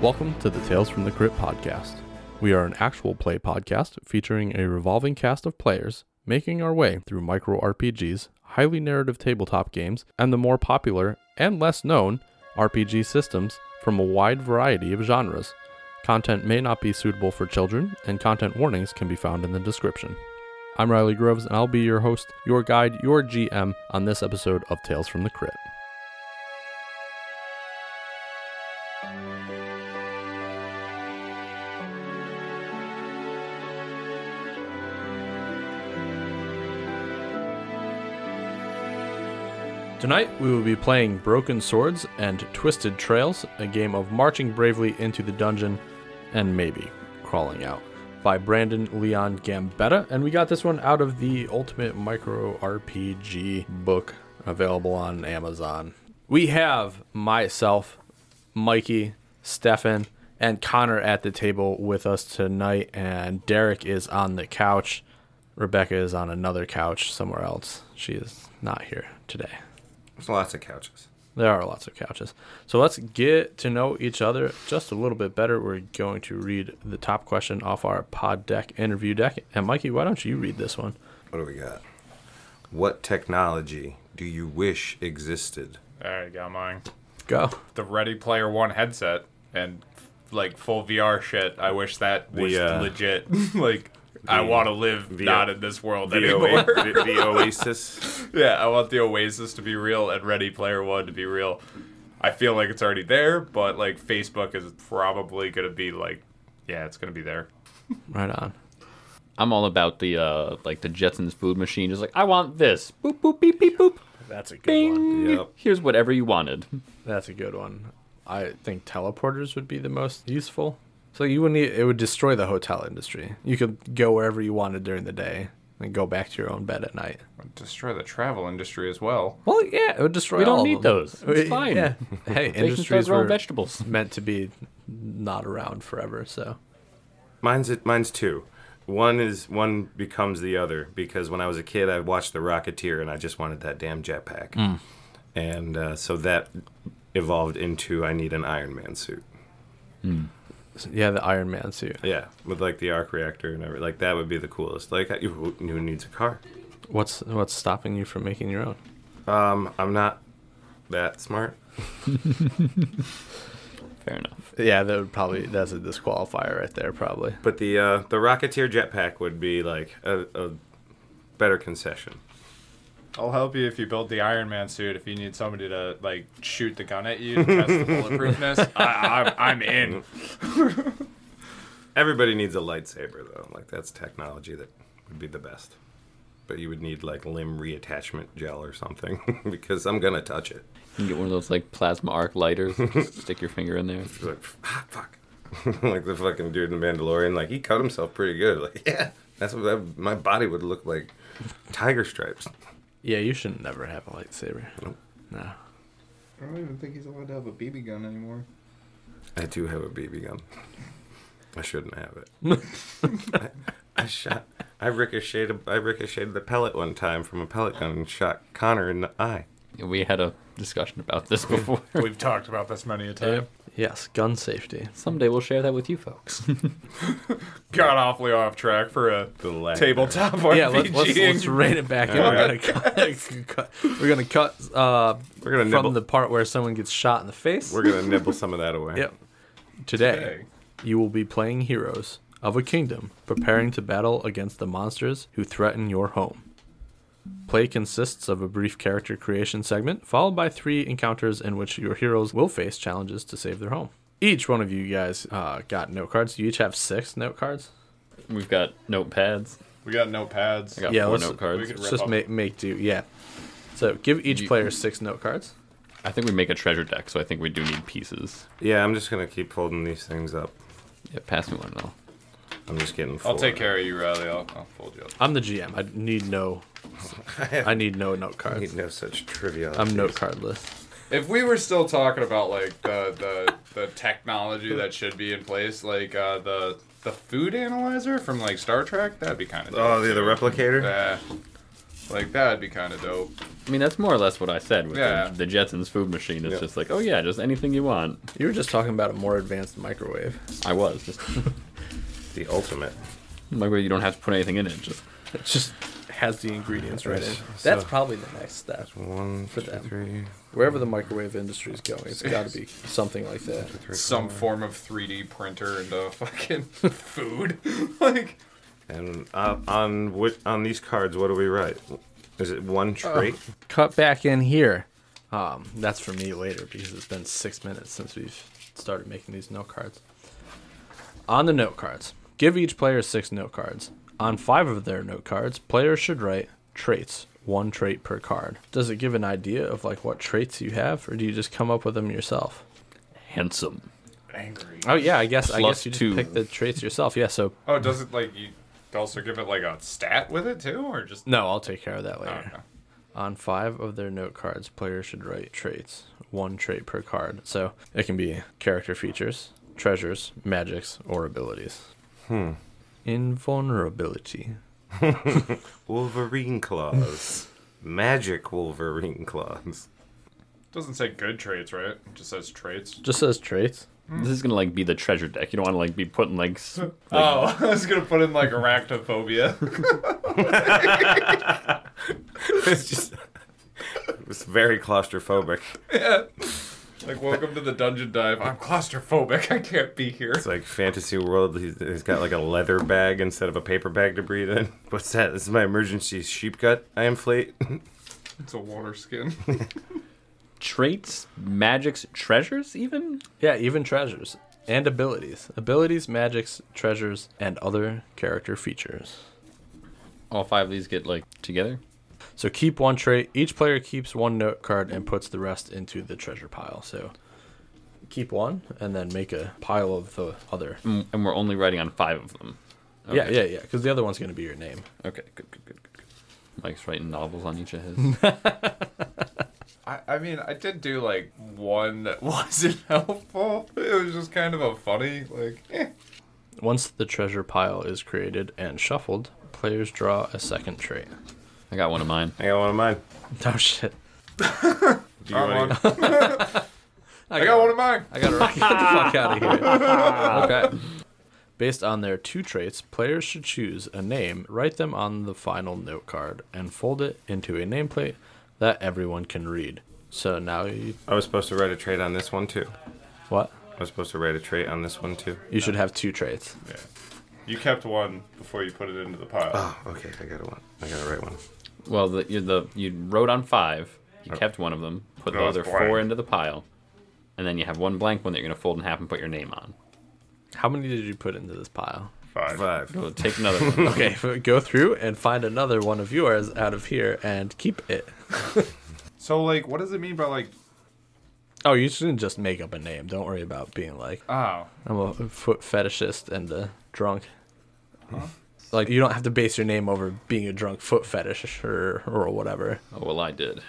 Welcome to the Tales from the Crypt podcast. We are an actual play podcast featuring a revolving cast of players making our way through micro RPGs, highly narrative tabletop games, and the more popular and less known RPG systems from a wide variety of genres. Content may not be suitable for children, and content warnings can be found in the description. I'm Riley Groves, and I'll be your host, your guide, your GM on this episode of Tales from the Crypt. Tonight, we will be playing Broken Swords and Twisted Trails, a game of marching bravely into the dungeon and maybe crawling out by Brandon Leon Gambetta. And we got this one out of the Ultimate Micro RPG book available on Amazon. We have myself, Mikey, Stefan, and Connor at the table with us tonight, and Derek is on the couch. Rebecca is on another couch somewhere else. She is not here today. There's lots of couches. There are lots of couches. So let's get to know each other just a little bit better. We're going to read the top question off our pod deck interview deck. And Mikey, why don't you read this one? What do we got? What technology do you wish existed? All right, got mine. Go. The Ready Player One headset and like full VR shit. I wish that was uh, legit. like, I want to live not in this world The, anymore. Oa- the, the Oasis? yeah, I want the Oasis to be real and Ready Player One to be real. I feel like it's already there, but like Facebook is probably gonna be like, yeah, it's gonna be there. Right on. I'm all about the uh like the Jetsons food machine. Just like I want this. Boop boop beep beep boop. That's a good one. Bing. Yep. Here's whatever you wanted. That's a good one. I think teleporters would be the most useful. So you wouldn't need, it would destroy the hotel industry. You could go wherever you wanted during the day and go back to your own bed at night. Destroy the travel industry as well. Well, yeah, it would destroy We don't all need of them. those. It's We- fine. Yeah. Hey, They can start industries growing were vegetables. meant to be not around forever, so Mine's it. Mine's two. One is one becomes the other because when I was a kid, I watched The Rocketeer and I just wanted that damn jetpack, and uh, so that evolved into I need an Iron Man suit. yeah, the Iron Man suit. Yeah, with like the arc reactor and everything. Like that would be the coolest. Like who who needs a car? What's what's stopping you from making your own? Um, I'm not that smart. Fair enough. Yeah, that would probably that's a disqualifier right there, probably. But the uh, the Rocketeer jetpack would be like a, a better concession. I'll help you if you build the Iron Man suit. If you need somebody to like shoot the gun at you to test the bulletproofness, I, I'm, I'm in. Everybody needs a lightsaber though. Like that's technology that would be the best. But you would need like limb reattachment gel or something because I'm gonna touch it. You can get one of those like plasma arc lighters. and just stick your finger in there. It's like ah, fuck. like the fucking dude in the Mandalorian, like he cut himself pretty good. Like yeah, that's what that, my body would look like. Tiger stripes. Yeah, you should never have a lightsaber. No. I don't even think he's allowed to have a BB gun anymore. I do have a BB gun. I shouldn't have it. I, I shot. I ricocheted. I ricocheted the pellet one time from a pellet gun and shot Connor in the eye. We had a discussion about this before. We've talked about this many a time. Yes, gun safety. Someday we'll share that with you folks. Got awfully off track for a The leg. tabletop RPG. Yeah, let's, let's, let's rein it back in. We're gonna cut, we're gonna cut uh, We're gonna from nibble. the part where someone gets shot in the face. We're gonna nibble some of that away. Yep. Today, Today. you will be playing heroes of a kingdom preparing to battle against the monsters who threaten your home. Play consists of a brief character creation segment, followed by three encounters in which your heroes will face challenges to save their home. Each one of you guys uh, got note cards. You each have six note cards. We've got notepads. We got notepads. I got Yeah, four let's- note we cards. could- Let's Rip just up. make, make do. Yeah. So give each You- player six note cards. I think we make a treasure deck, so I think we do need pieces. Yeah, I'm just gonna keep folding these things up. Yeah, pass me one and I'll I'm just getting. I'll full. take care of you, Riley. I'll, I'll fold you up. I'm the GM. I need no. I need no note I cards. need no such trivial. I'm note cardless. If we were still talking about like the the, the technology that should be in place, like uh, the the food analyzer from like Star Trek, that'd be kind of. Oh, the the replicator. Yeah. Like that would be kind of dope. I mean, that's more or less what I said with Yeah. the, the Jetsons food machine. It's Yeah. just like, oh yeah, just anything you want. You were just talking about a more advanced microwave. I was just The ultimate. like, well, you don't have to put anything in it. Just It just has the ingredients right in. Yes, That's so- probably the next step. One, For two, them. three, Wherever the microwave industry is going, it's got to be something like that. three, Some four. form of 3D printer into fucking food. like And uh, on what on these cards, what do we write? Is it one trait? Cut back in here. Um, that's for me later because it's been six minutes since we've started making these note cards. On the note cards, give each player six note cards. On five of their note cards, players should write traits, one trait per card. Does it give an idea of like what traits you have, or do you just come up with them yourself? handsome. angry. Oh yeah, I guess I Plus guess you just two. pick the traits yourself. Yeah, so Oh, does it like you also give it like a stat with it too, or just no, I'll take care of that I later. don't know. On five of their note cards, players should write traits, one trait per card. So it can be character features, treasures, magics, or abilities. Hmm. Invulnerability. Wolverine claws. Magic Wolverine claws. doesn't say good traits, right? It just says traits. Just says traits. This is gonna like be the treasure deck. You don't want to like be putting like, s- like Oh, I was gonna put in like arachnophobia. it's just it's very claustrophobic. like, welcome to the dungeon dive. I'm claustrophobic. I can't be here. It's like fantasy world. He's, he's got like a leather bag instead of a paper bag to breathe in. What's that? This is my emergency sheep gut. I inflate. It's a water skin. traits, magics, treasures, even. Yeah, even treasures and abilities. Abilities, magics, treasures, and other character features. All five of these get like together. So keep one trait. Each player keeps one note card and puts the rest into the treasure pile. So keep one and then make a pile of the other. Mm, And we're only writing on five of them. Yeah, yeah, yeah. Because the other one's going to be your name. Okay, good, good, good, good. good. Mike's writing novels on each of his. I, I mean, I did do like one that wasn't helpful. It was just kind of a funny, like, eh. Once the treasure pile is created and shuffled, players draw a second trait. I got one of mine. I got one of mine. Oh shit! Do you Wrong want one. to? I got one of mine. I gotta get the fuck out of here. okay. Based on their two traits, players should choose a name, write them on the final note card, and fold it into a nameplate that everyone can read. So now you I was supposed to write a trait on this one too. what? I was supposed to write a trait on this one too. You should have two traits. Yeah. You kept one before you put it into the pile. Oh, okay. I got one. I got to write one. Well, the you, the you wrote on five. You kept one of them, put the No, it's other blank. four into the pile, and then you have one blank one that you're gonna fold in half and put your name on. How many did you put into this pile? Five. Five. So take another one. Okay, go through and find another one of yours out of here and keep it. So, like, what does it mean by like? Oh, you shouldn't just make up a name. Don't worry about being like Oh, I'm a foot fetishist and a drunk. Like you don't have to base your name over being a drunk foot fetish or or whatever. Oh well, I did.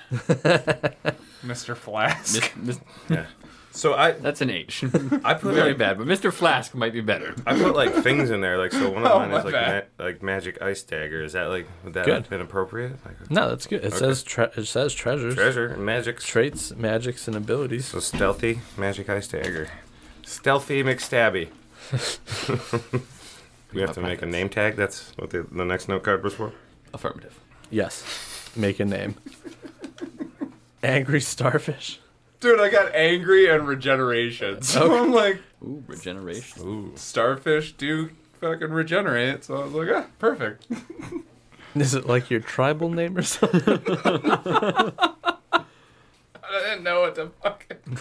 Mr. Flask. Mis- mis- Yeah. So I that's an H. I put Very like, bad, but Mr. Flask might be better. I put like things in there, like so. One of Oh, mine my is like bad. ma- like magic ice dagger. Is that like would that Good. have been appropriate? Like No, that's good. It says tre- it says treasures, treasure and magic. traits, magics, and abilities. so stealthy magic ice dagger, stealthy McStabby. we have to make a name tag. That's what the, the next note card was for. Affirmative. Yes, make a name. Angry starfish. Dude, I got angry and regeneration. So I'm like, Ooh, regeneration. Ooh, starfish do fucking regenerate. So I was like, ah, perfect. Is it like your tribal name or something? I didn't know what to fucking.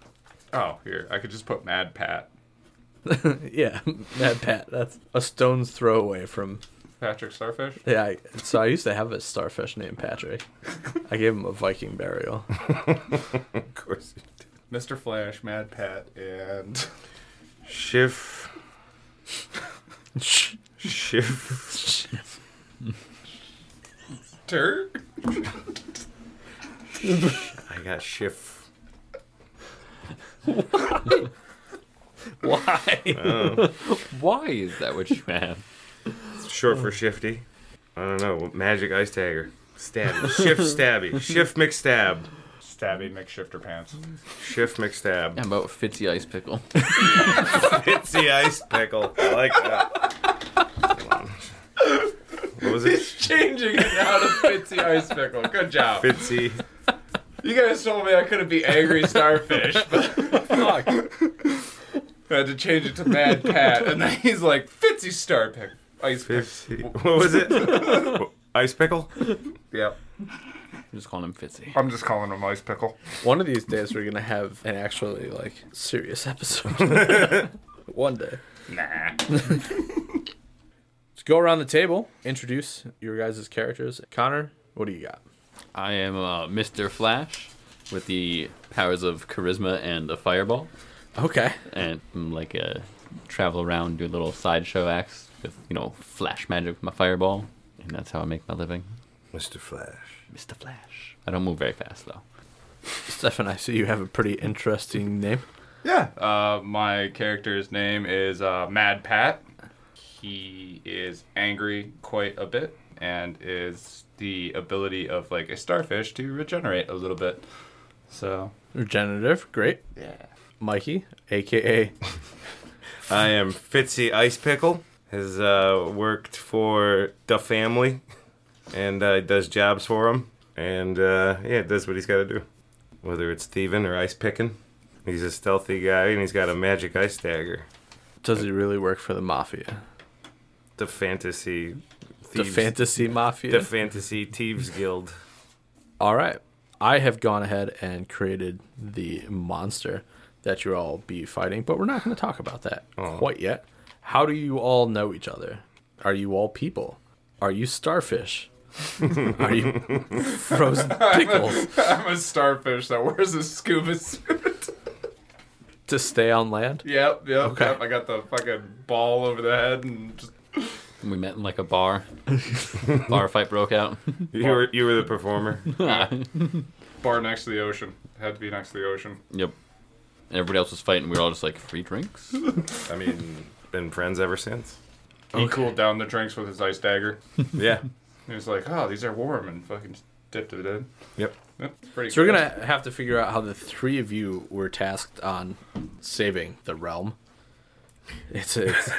oh, here I could just put Mad Pat. yeah, Mad Pat. That's a stone's throw away from Patrick Starfish. Yeah, I, so I used to have a starfish named Patrick. I gave him a Viking burial. of course. you do. Mr. Flash, Mad Pat, and Shift. Shift. Turk. I got shift. Why? Why is that what you have? Short for shifty. I don't know. Magic ice tagger. Stabby. Shift stabby. Shift McStab. Stabby McShifter pants. Shift McStab. How about Fitzy Ice Pickle? Fitzy ice pickle. I like that. What was it? Changing it now to Fitzy Ice Pickle. Good job. Fitzy. You guys told me I couldn't be angry starfish, but fuck. I had to change it to Mad Pat, and then he's like Fitzy Star Pick Ice Pick. Fitzy. What was it? Ice pickle? Yep. I'm just calling him Fitzy. I'm just calling him Ice Pickle. One of these days, we're gonna have an actually like serious episode. One day. Nah. Let's go around the table, introduce your guys' characters. Connor, what do you got? I am uh, Mr. Flash with the powers of charisma and a fireball, Okay. and I'm like a travel around, do little sideshow acts with you know flash magic with my fireball, and that's how I make my living, Mr. Flash. Mr. Flash. I don't move very fast though. Stefan, I see you have a pretty interesting name. Yeah. Uh, my character's name is uh, Mad Pat. He is angry quite a bit and is the ability of like a starfish to regenerate a little bit. So Regenerative, great. yeah. Mikey, aka I am Fitzy Ice Pickle. Has uh, worked for the family, and uh, does jobs for him. And uh, yeah, does what he's got to do, whether it's thieving or ice picking. He's a stealthy guy, and he's got a magic ice dagger. does he really work for the mafia? The fantasy, The thieves- fantasy mafia. the fantasy thieves guild. All right. I have gone ahead and created the monster that you all be fighting, but we're not going to talk about that quite yet. How do you all know each other? Are you all people? Are you starfish? Are you frozen pickles I'm a starfish that wears a scuba suit. to stay on land? yep, yep, Okay. yep. I got the fucking ball over the head and just And we met in like a bar. bar fight broke out. You were you were the performer. bar next to the ocean. Had to be next to the ocean. Yep. And everybody else was fighting. We were all just like free drinks. I mean, been friends ever since. He cooled down the drinks with his ice dagger. Yeah. he was like, oh, these are warm and fucking dipped it in. Yep. Yep, it's pretty So we're cool. going to have to figure out how the three of you were tasked on saving the realm. It's, a, it's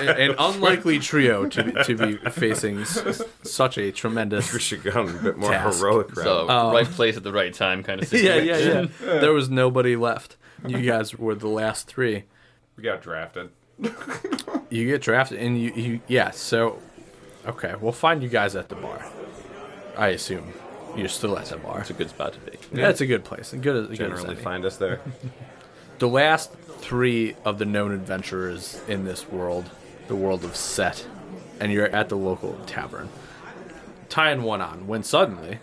an unlikely trio to, to be facing s- such a tremendous We should go on a bit more Task. heroic route. So right place at the right time kind of yeah, situation. yeah, yeah. There was nobody left. You guys were the last three. We got drafted. You get drafted, and you, you yeah. So, okay, we'll find you guys at the bar. I assume you're still at the bar. It's a good spot to be. That's a good place. Good, as- good Generally, generally fine. find us there. The last three of the known adventurers in this world, the world of Set, and you're at the local tavern, tying one on. When suddenly,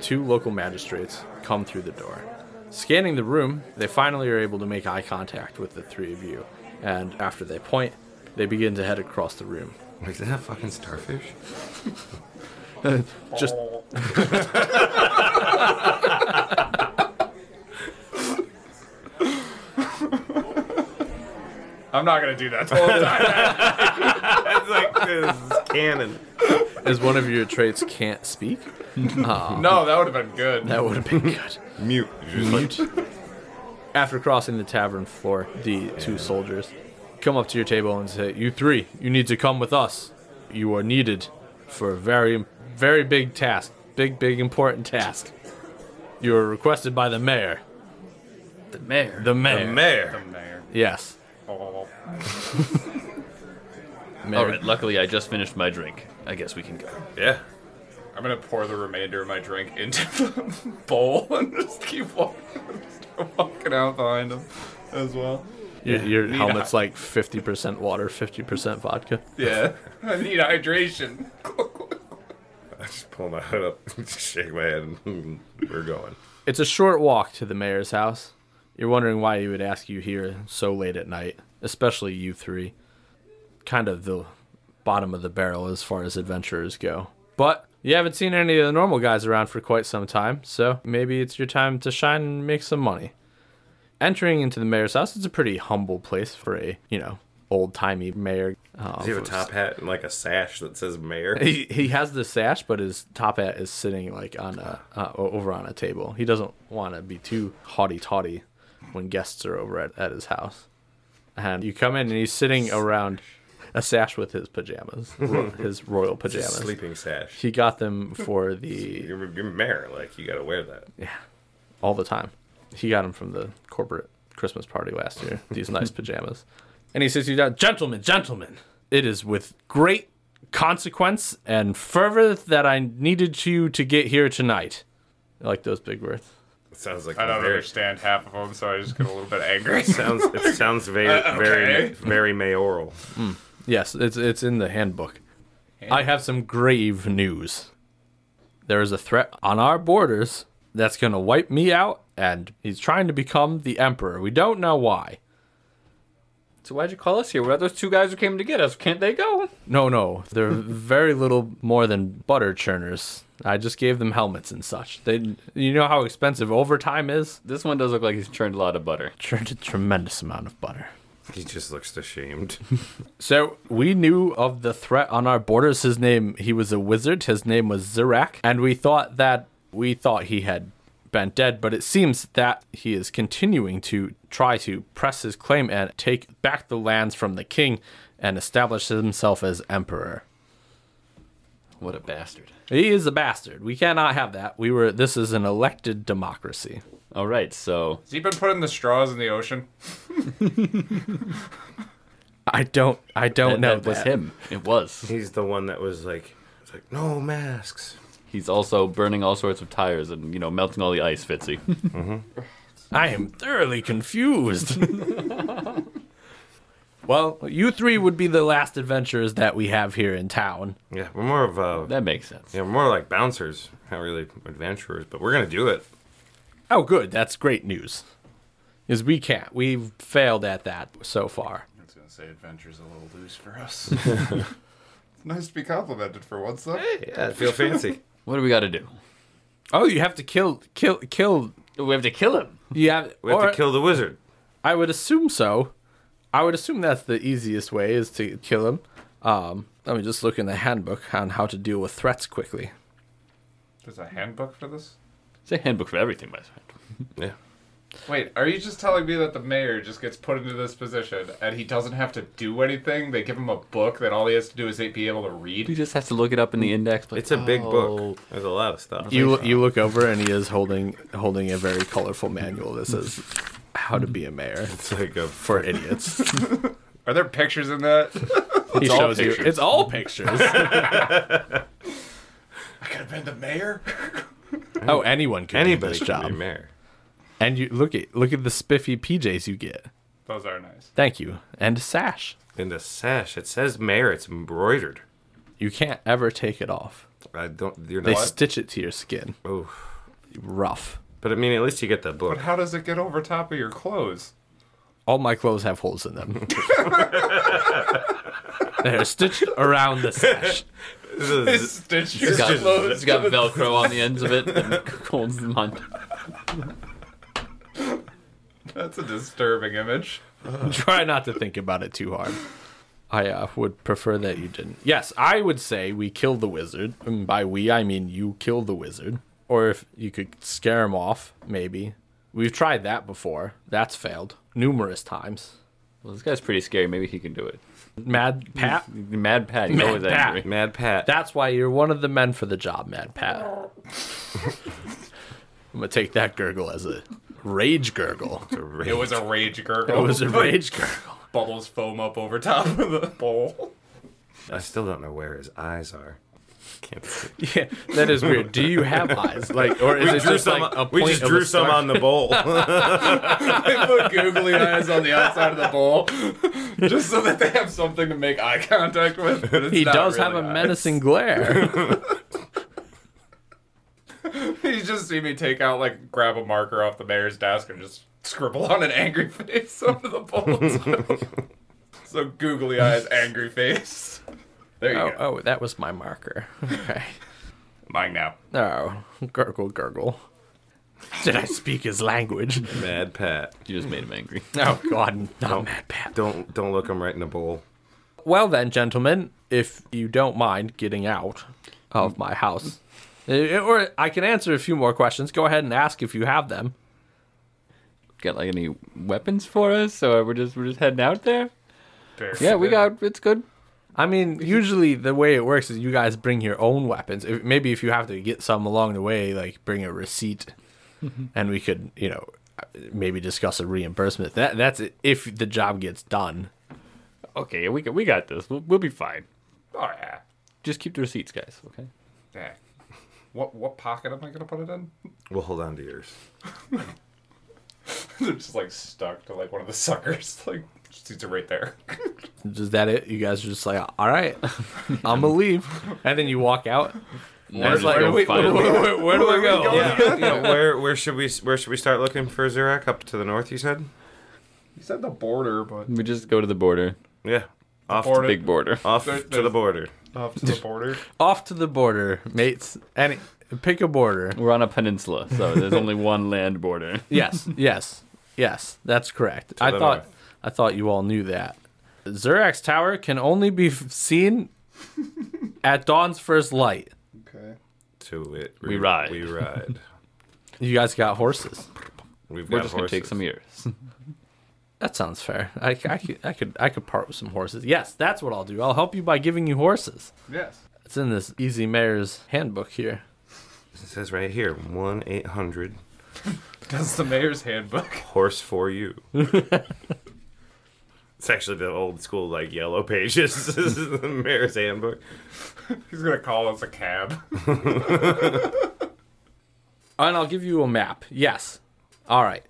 two local magistrates come through the door. Scanning the room, they finally are able to make eye contact with the three of you, and after they point, they begin to head across the room. Like, is that a fucking starfish? Just I'm not gonna do that the whole time. That's like this is canon. as one of your traits can't speak, no, that would have been good. that would have been good. Mute. Mute. After crossing the tavern floor, the two soldiers come up to your table and say, "You three, you need to come with us. You are needed for a very, very big task. Big, big, important task. You are requested by the mayor. The mayor. The mayor. mayor. Come there. yes. Oh, Mayor. all right. Luckily, I just finished my drink. I guess we can go. Yeah. I'm gonna pour the remainder of my drink into the bowl and just keep walking, start walking out behind him as well. Your, your Need helmet's I- like 50% water, 50% vodka. Yeah, I need hydration. I just pull my hood up, just shake my head, and we're going. It's a short walk to the mayor's house. You're wondering why he would ask you here so late at night, especially you three. Kind of the bottom of the barrel as far as adventurers go. But you haven't seen any of the normal guys around for quite some time, so maybe it's your time to shine and make some money. Entering into the mayor's house, it's a pretty humble place for a, you know, old timey mayor. Uh, Does he have a for- top hat and like a sash that says mayor? He, he has the sash, but his top hat is sitting like on a uh, o- over on a table. He doesn't want to be too haughty taughty when guests are over at, at his house. And you come in and he's sitting around a sash with his pajamas, ro- his royal Just pajamas. sleeping sash. He got them for the You're, you're mayor, like you gotta wear that. all the time. He got them from the corporate Christmas party last year. These nice pajamas. And he sits you down, gentlemen, gentlemen. It is with great consequence and fervor that I needed you to get here tonight. I like those big words. It sounds like I a don't very, understand half of them, so I just get a little bit angry. sounds it sounds very Uh, okay. very very mayoral. Yes, it's it's in the handbook. I have some grave news. There is a threat on our borders that's going to wipe me out and he's trying to become the emperor. We don't know why. So why'd you call us here? What those two guys who came to get us? Can't they go? No, no. They're very little more than butter churners. I just gave them helmets and such. They, you know how expensive overtime is. This one does look like he's churned a lot of butter. Churned a tremendous amount of butter. He just looks ashamed. So we knew of the threat on our borders. His name, he was a wizard. His name was Zirak, and we thought that we thought he had been dead, but it seems that he is continuing to try to press his claim and take back the lands from the king and establish himself as emperor. What a bastard. He is a bastard. We cannot have that. We were. This is an elected democracy. All right, so Has he been putting the straws in the ocean? I don't. I don't that, know. that was that. him. It was. He's the one that was like, was like no masks. He's also burning all sorts of tires and you know melting all the ice, Fitzy. I am thoroughly confused. well, you three would be the last adventurers that we have here in town. Yeah, we're more of uh, that makes sense. yeah, we're more like bouncers, not really adventurers, but we're gonna do it. Oh, good. That's great news. Because we can't. We've failed at that so far. I was gonna say adventure's a little loose for us. it's nice to be complimented for once, though. Yeah, I feel fancy. What do we got to do? Oh, you have to kill, kill, kill. We have to kill him. You have, We have or- to kill the wizard. I would assume so. I would assume that's the easiest way is to kill him. Um, let me just look in the handbook on how to deal with threats quickly. There's a handbook for this. It's a handbook for everything, my friend. Yeah. Wait, are you just telling me that the mayor just gets put into this position and he doesn't have to do anything? They give him a book that all he has to do is be able to He read. just has to look it up in the index. like, It's a big oh. book. There's a lot of stuff. You you look over and he is holding holding a very colorful manual that says how to be a mayor It's like a for idiots. Are there pictures in that? he all shows you pictures. it's all pictures. I could have been the mayor. oh, anyone can do anybody this can job. be mayor. And you look at look at the spiffy PJs you get. Those are nice. Thank you. And sash. And the sash, it says mayor. It's embroidered. You can't ever take it off. I don't. You're They not. stitch it to your skin. oh, Rough. but I mean, at least you get the book. But how does it get over top of your clothes? All my clothes have holes in them. They're stitched around the sash. This is- Stitch It's your got, clothes. it's got Velcro on the ends of it and holds them on. That's a disturbing image. Try not to think about it too hard. I uh, would prefer that you didn't. Yes, I would say we kill the wizard. And by we, I mean you kill the wizard. Or if you could scare him off, maybe. We've tried that before. That's failed numerous times. Well, this guy's pretty scary. Maybe he can do it. Mad Pat, Mad Pat, he's Mad always Pat. angry. Mad Pat. that's why you're one of the men for the job, Mad Pat. I'm gonna take that gurgle as a rage gurgle. It was a rage It gurgle. was a rage gurgle. Bubbles foam up over top of the bowl. I still don't know where his eyes are. Can't see. Yeah, that is weird. Do you have eyes? Like, or is it drew just some- like a point we just of drew a some star? on the bowl. They put googly eyes on the outside of the bowl just so that they have something to make eye contact with. but it's He not does have really a eyes. menacing glare. You just see me take out, like, grab a marker off the mayor's desk and just scribble on an angry face onto the bowl. so googly eyes, angry face. There you oh, go. oh, that was my marker. Okay. Mine now. Oh, gurgle, gurgle. Did I speak his language? Mad Pat. You just made him angry. Oh God, not Don't- Mad Pat. Don't don't look him right in the bowl. Well then, gentlemen, if you don't mind getting out of my house, Eh, or I can answer a few more questions. Go ahead and ask if you have them. Got like any weapons for us? So uh, we're just we're just heading out there. Fair. Yeah, we got it's good. I mean, usually the way it works is you guys bring your own weapons. If, maybe if you have to get some along the way, like bring a receipt, and we could, you know, maybe discuss a reimbursement. That that's if the job gets done. Okay, we got we got this. We'll, we'll be fine. Oh yeah. Just keep the receipts, guys. Okay. Yeah. What what pocket am I gonna put it in? We'll hold on to yours. They're just like stuck to like one of the suckers. Like just needs it right there. Is that it? You guys are just like, all right, I'm gonna leave, and then you walk out. And it's like, Where do we- wait, where do we- wait, wait, wait, where do I go? Yeah. yeah, where where should we where should we start looking for Zerak? Up to the north, you said? You said the border, but We just go to the border, Yeah. Off border. big border. off There- to the there's- border. off uh, to the border. Off to the border, mates. Any, pick a border. We're on a peninsula, so there's only one land border. Yes, yes, yes. That's correct. I the thought north. I thought you all knew that. Zurak's tower can only be f- seen at dawn's first light. Okay. To it. We ride. We ride. You guys got horses. We've got We're just gonna horses. take some ears. That sounds fair. I, c- I could I could I could part with some horses. Yes, that's what I'll do. I'll help you by giving you horses. Yes. It's in this Easy Mayor's handbook here. It says right here, one eight hundred That's the mayor's handbook. horse for you. it's actually the old school like yellow pages. this is the mayor's handbook. He's gonna call us a cab. And I'll give you a map. Yes. All right.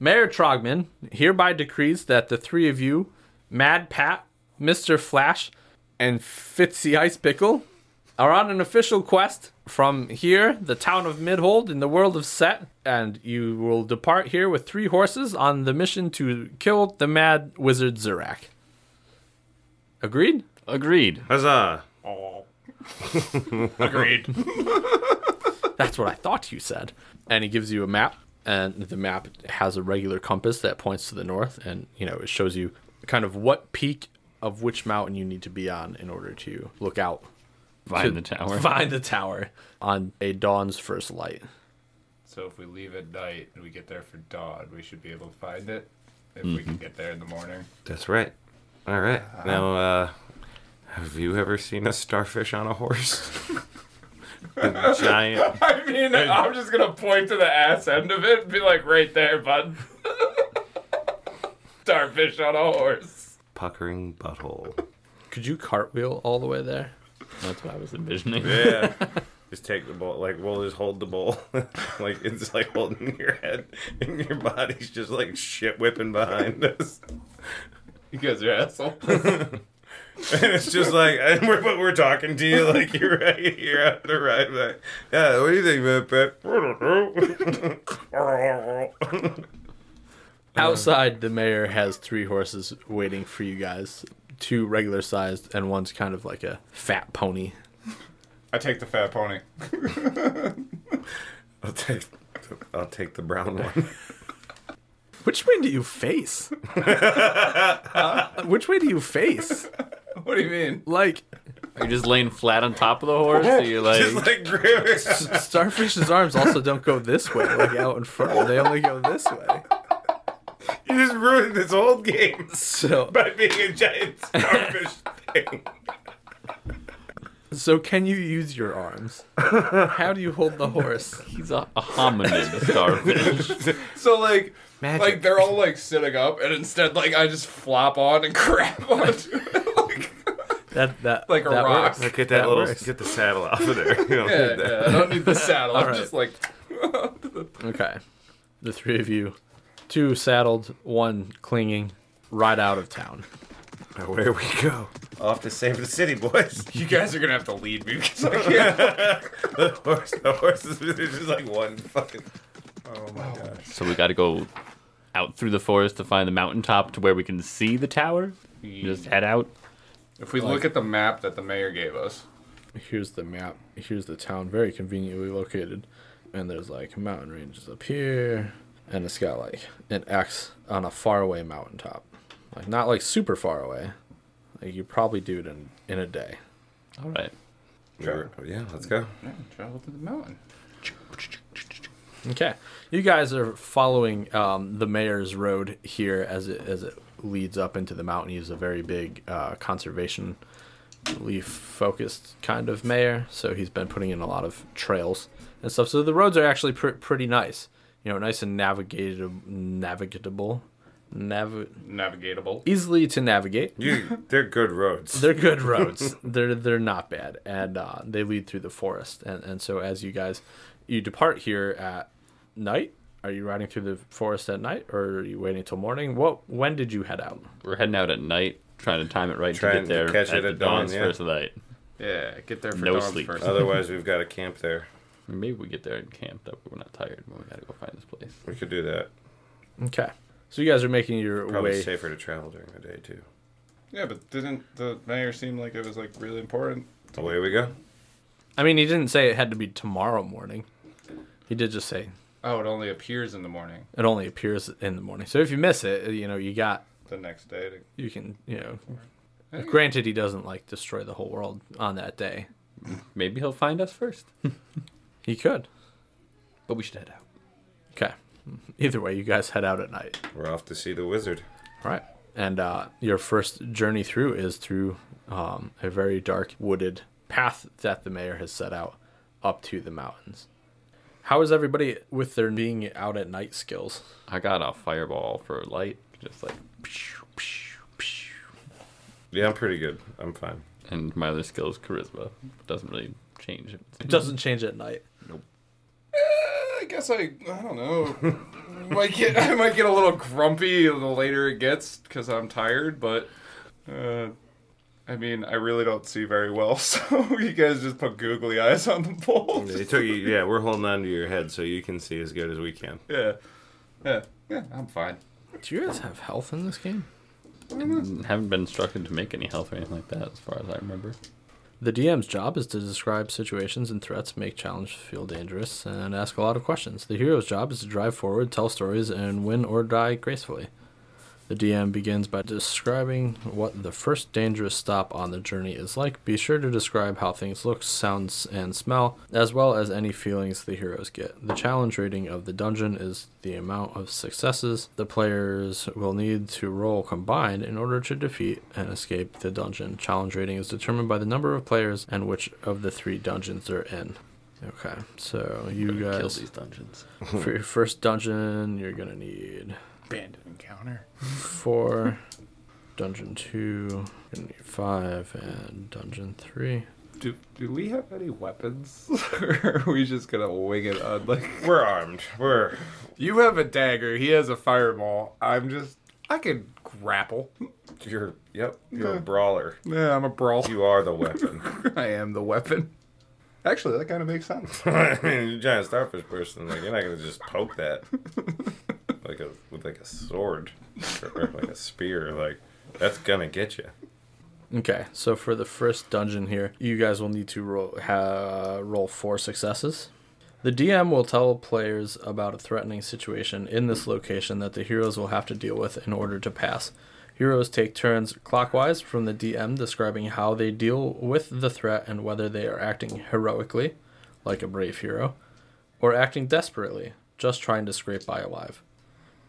Mayor Trogman hereby decrees that the three of you, Mad Pat, Mr. Flash, and Fitzy Ice Pickle, are on an official quest from here, the town of Midhold, in the world of Set, and you will depart here with three horses on the mission to kill the mad wizard Zurak. Agreed? Agreed. Huzzah! Oh. Agreed. That's what I thought you said. And he gives you a map, and the map has a regular compass that points to the north, and you know it shows you kind of what peak of which mountain you need to be on in order to look out, Find to the tower. find the tower on a dawn's first light. So if we leave at night and we get there for dawn, we should be able to find it if we can get there in the morning. That's right. All right. Uh-huh. Now, uh, have you ever seen a starfish on a horse? a giant. I mean, I'm just gonna point to the ass end of it and be like, right there, bud. Starfish on a horse. Puckering butthole. Could you cartwheel all the way there? That's what I was envisioning. Yeah. just take the bowl. Like, we'll just hold the bowl. like, it's like holding your head, and your body's just like shit whipping behind us. You guys are assholes. And it's just like, and we're, but we're talking to you like you're right here on the ride. Like, yeah, what do you think, man, Pep? Outside, the mayor has three horses waiting for you guys. Two regular sized, and one's kind of like a fat pony. I take the fat pony. I'll take, I'll take the brown one. Which way do you face? Uh, which way do you face? What do you mean? Like, You're just laying flat on top of the horse. So you're like, Just like grab it. starfish's arms also don't go this way, like out in front. They only go this way. You just ruined this whole game So, by being a giant starfish thing. so can you use your arms? How do you hold the horse? he's a, a hominid starfish. So like, like they're all like sitting up, and instead, like I just flop on and crap onto it. Like, That that Like a that rock. works. Like, get that, That little, works. get the saddle off of there. You don't yeah, need that. yeah, I don't need the saddle. I'm right. just like, Okay, the three of you, two saddled, one clinging, ride out of town. Now, where we go? Off to save the city, boys. you guys are gonna have to lead me because I can't. the horse, the horses, there's just like one fucking. Oh my gosh. so we got to go out through the forest to find the mountaintop to where we can see the tower. Just head out. If we look at the map that the mayor gave us, Here's the map. Here's the town, very conveniently located. and there's like mountain ranges up here, and it's got like an X on a faraway mountaintop, like not like super far away. Like you probably do it in in a day. All right. Sure. Yeah, let's go. Yeah, travel to the mountain. Okay, you guys are following um, the mayor's road here as it as it leads up into the mountain. He's a very big uh, conservation leaf focused kind of mayor, so he's been putting in a lot of trails and stuff. So the roads are actually pr- pretty nice, you know, nice and navigatable, navigable, nav- Navigatable. easily to navigate. You, they're good roads. They're good roads. they're they're not bad, and uh, they lead through the forest. And and so as you guys, you depart here at night. Are you riding through the forest at night, or are you waiting till morning? What when did you head out? We're heading out at night, trying to time it right Trying to get to there. catch it at the dawn, dawn's yeah. first light. Yeah, get there for No dawn sleep. Uh, first. Otherwise, we've got to camp there. Maybe we get there and camp. That way we're not tired when we gotta go find this place. We could do that. Okay, so you guys are making your Probably way. safer to travel during the day too. Yeah, but didn't the mayor seem like it was like really important? Away we go. I mean, he didn't say it had to be tomorrow morning. He did just say Oh, it only appears in the morning it only appears in the morning. So if you miss it, you know you got the next day. To... you can you know. Granted, he doesn't like destroy the whole world on that day. Maybe he'll find us first. He could. But we should head out. Okay. Either way, you guys head out at night. We're off to see the wizard. All right. And uh, your first journey through is through um, a very dark, wooded path that the mayor has set out up to the mountains. How is everybody with their being out at night skills? I got a fireball for light, just like, pshh, pshh, pshh. Yeah, I'm pretty good. I'm fine. and my other skill is charisma. Doesn't really change. It doesn't change at night. I guess I I don't know. might get I might get a little grumpy the later it gets because I'm tired, but uh, I mean I really don't see very well, so you guys just put googly eyes on the bowl. They took you. Yeah, we're holding on to your head so you can see as good as we can. Yeah, yeah, yeah. I'm fine. Do you guys have health in this game? Haven't been instructed to make any health or anything like that, as far as I remember. The DM's job is to describe situations and threats, make challenges feel dangerous, and ask a lot of questions. The hero's job is to drive forward, tell stories, and win or die gracefully. The DM begins by describing what the first dangerous stop on the journey is like. Be sure to describe how things look, sounds, and smell, as well as any feelings the heroes get. The challenge rating of the dungeon is the amount of successes the players will need to roll combined in order to defeat and escape the dungeon. Challenge rating is determined by the number of players and which of the three dungeons they're in. Okay, so you Gotta Kill guys, these dungeons. for your first dungeon, you're gonna need Bandit encounter. four, dungeon two, gonna need five, and dungeon three. Do do we have any weapons, or are we just gonna wing it on like? We're armed. We're You have a dagger. He has a fireball. I'm just. I can grapple. you're yep. You're a brawler. Yeah, I'm a brawl. You are the weapon. I am the weapon. Actually, that kind of makes sense. I mean, you're a giant starfish person. Like you're not gonna just poke that like a with like a sword or like a spear. Like that's gonna get you. Okay, so for the first dungeon here, you guys will need to roll ha, roll four successes. The DM will tell players about a threatening situation in this location that the heroes will have to deal with in order to pass. Heroes take turns clockwise from the DM describing how they deal with the threat and whether they are acting heroically, like a brave hero, or acting desperately, just trying to scrape by alive.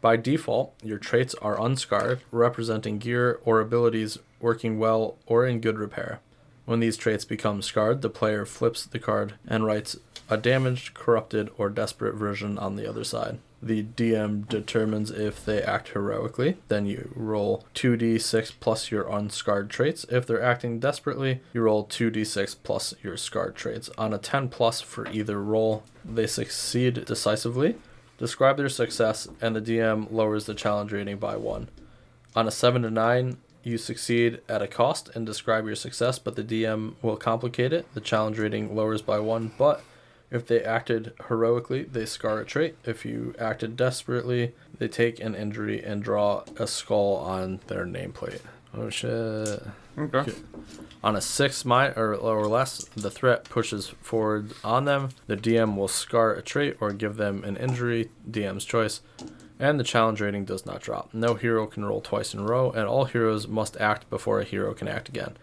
By default, your traits are unscarred, representing gear or abilities working well or in good repair. When these traits become scarred, the player flips the card and writes a damaged, corrupted, or desperate version on the other side. The DM determines if they act heroically, then you roll 2d6 plus your unscarred traits. If they're acting desperately, you roll 2d6 plus your scarred traits. On a 10 plus for either roll, they succeed decisively. Describe their success, and the DM lowers the challenge rating by one. On a 7 to 9, you succeed at a cost and describe your success, but the DM will complicate it. The challenge rating lowers by one, but if they acted heroically, they scar a trait. If you acted desperately, they take an injury and draw a skull on their nameplate. Oh shit. Okay. On a six mi or, or less, the threat pushes forward on them. The DM will scar a trait or give them an injury, DM's choice, and the challenge rating does not drop. No hero can roll twice in a row, and all heroes must act before a hero can act again.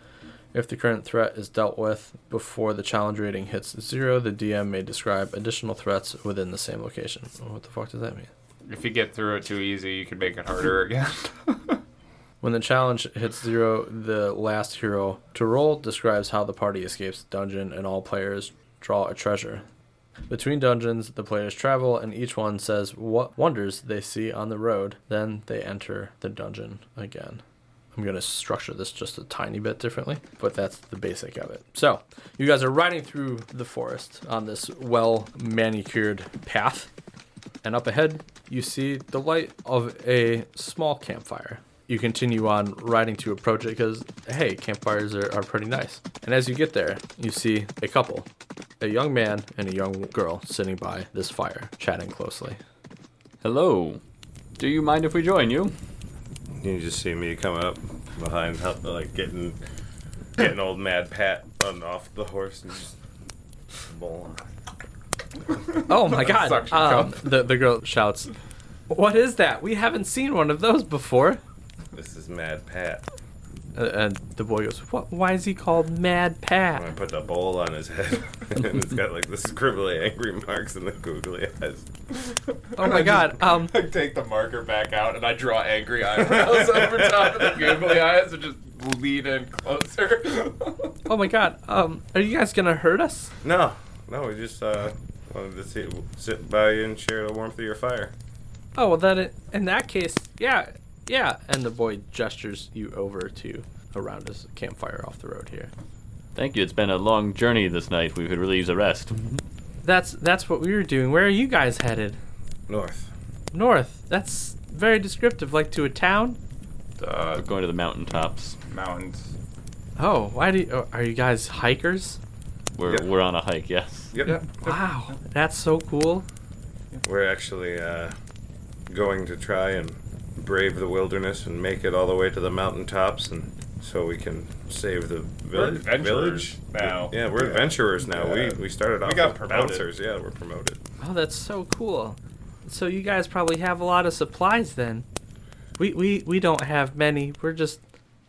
If the current threat is dealt with before the challenge rating hits zero, the DM may describe additional threats within the same location. What the fuck does that mean? If you get through it too easy, you can make it harder again. When the challenge hits zero, the last hero to roll describes how the party escapes the dungeon and all players draw a treasure. Between dungeons, the players travel and each one says what wonders they see on the road. Then they enter the dungeon again. I'm going to structure this just a tiny bit differently, but that's the basic of it. So, you guys are riding through the forest on this well manicured path and up ahead you see the light of a small campfire. You continue on riding to approach it because, hey, campfires are, are pretty nice. And as you get there, you see a couple, a young man and a young girl sitting by this fire, chatting closely. Hello. Do you mind if we join you? You just see me come up behind, help, like getting getting old Mad Pat on off the horse and just bowling. Oh my god! Suction um, the, the girl shouts, What is that? We haven't seen one of those before. This is Mad Pat. Uh, and the boy goes, what? Why is he called Mad I Pat? put the bowl on his head, and it's got like the scribbly angry marks and the googly eyes. Oh my god! Um, I take the marker back out and I draw angry eyebrows over top of the googly eyes and just lean in closer. oh my god! Um, are you guys gonna hurt us? No, no, we just uh, wanted to see, sit by you and share the warmth of your fire. Oh well, then it, in that case, yeah, yeah. And the boy gestures you over to around his campfire off the road here. Thank you. It's been a long journey this night. We could really use a rest. That's that's what we were doing. Where are you guys headed? North. North. That's very descriptive, like to a town. Uh, We're going to the mountaintops. mountains. Oh, why do you, oh, are you guys hikers? We're Yep. we're on a hike. Yes. Yep. Wow, that's so cool. We're actually uh, going to try and brave the wilderness and make it all the way to the mountaintops, and so we can save the We're village. adventurers village. now. Yeah, we're adventurers now. Yeah. We we started off got as promoted. bouncers. Yeah, we're promoted. Oh, that's so cool. So you guys probably have a lot of supplies then. We we we don't have many. We're just,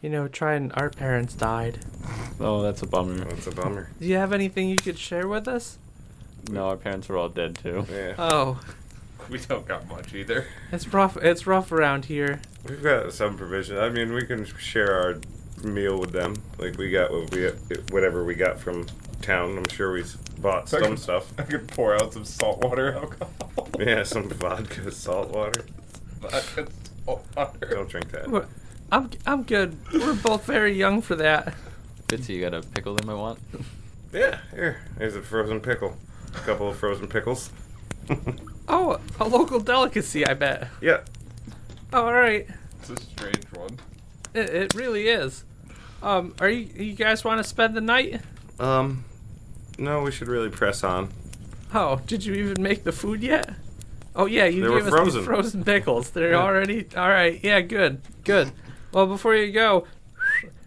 you know, trying. Our parents died. Oh, that's a bummer. That's a bummer. Do you have anything you could share with us? No, our parents are all dead too. Yeah. Oh, We don't got much either. it's rough. It's rough around here. We've got some provision. I mean, we can share our meal with them. Like we got what we whatever we got from town. I'm sure we s- bought some Second. stuff. I could pour out some saltwater alcohol. Yeah, some vodka, salt water. Vodka saltwater. Don't drink that. We're- I'm I'm good. We're both very young for that. Fitzy, you got a pickle that I want? Yeah, here. Here's a frozen pickle. A couple of frozen pickles. Oh, a local delicacy, I bet. Yeah. Oh, all right. It's a strange one. It, it really is. Um, are you you guys want to spend the night? Um, no, we should really press on. Oh, did you even make the food yet? Oh yeah, you They were gave us these frozen. frozen pickles. They're already all right. Yeah, good, good. Well, before you go,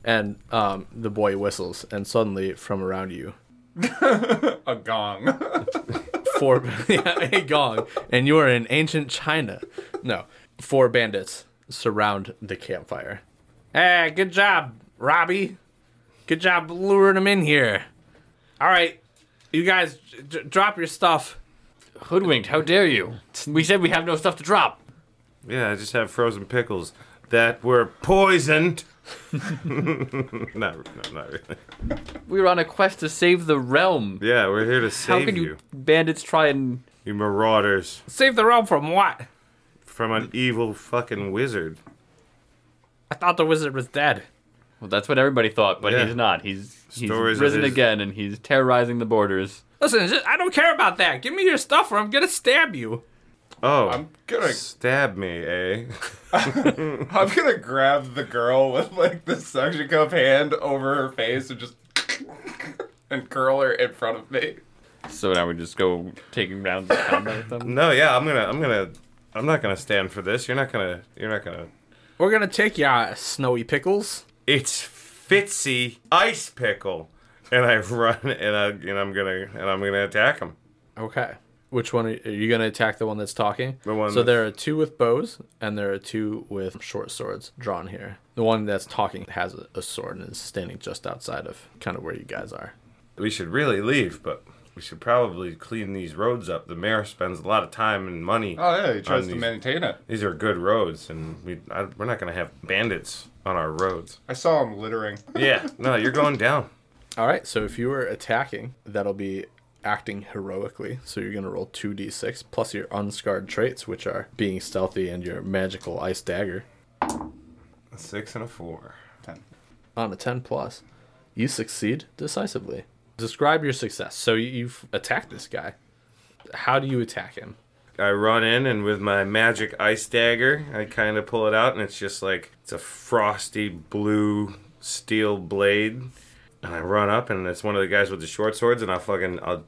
and um, the boy whistles, and suddenly from around you, A gong. four yeah, a gong, and you are in ancient China. No, four bandits surround the campfire. Hey, good job, Robbie. Good job luring them in here. All right, you guys, d- d- drop your stuff. Hoodwinked! How dare you? We said we have no stuff to drop. Yeah, I just have frozen pickles that were poisoned. not, no, not really. We were on a quest to save the realm. Yeah, we're here to How save can you, you, bandits, try and? you marauders, Save the realm from what? from an evil fucking wizard. I thought the wizard was dead. Well, that's what everybody thought, but Yeah. he's not. He's he's Stories of risen his- again, and he's terrorizing the borders. Listen, just, I don't care about that. Give me your stuff, or I'm gonna stab you. Oh, I'm gonna- stab me, eh? I'm gonna grab the girl with like the suction cup hand over her face and just and curl her in front of me. So now we just go taking rounds of combat with them. No, yeah, I'm gonna, I'm gonna, I'm not gonna stand for this. You're not gonna, you're not gonna We're gonna take ya, snowy pickles. It's Fitzy Ice Pickle, and I run and I and I'm gonna and I'm gonna attack him. Okay. Which one are are you going to attack? The one that's talking. The one So there are two with bows, and there are two with short swords drawn here. The one that's talking has a, a sword and is standing just outside of kind of where you guys are. We should really leave, but we should probably clean these roads up. The mayor spends a lot of time and money. Oh yeah, he tries on to these. maintain it. These are good roads, and we I, we're not gonna have bandits on our roads. I saw him littering. Yeah, no, you're going down. All right. So if you were attacking, that'll be acting heroically. So you're going to roll 2d6 plus your unscarred traits, which are being stealthy and your magical ice dagger. A six and a four. Ten. on a 10 plus you succeed decisively describe your success so you- you've attacked this guy how do you attack him I run in and with my magic ice dagger, I kind of pull it out, and it's just like it's a frosty blue steel blade. And I run up, and it's one of the guys with the short swords, and I fucking I'll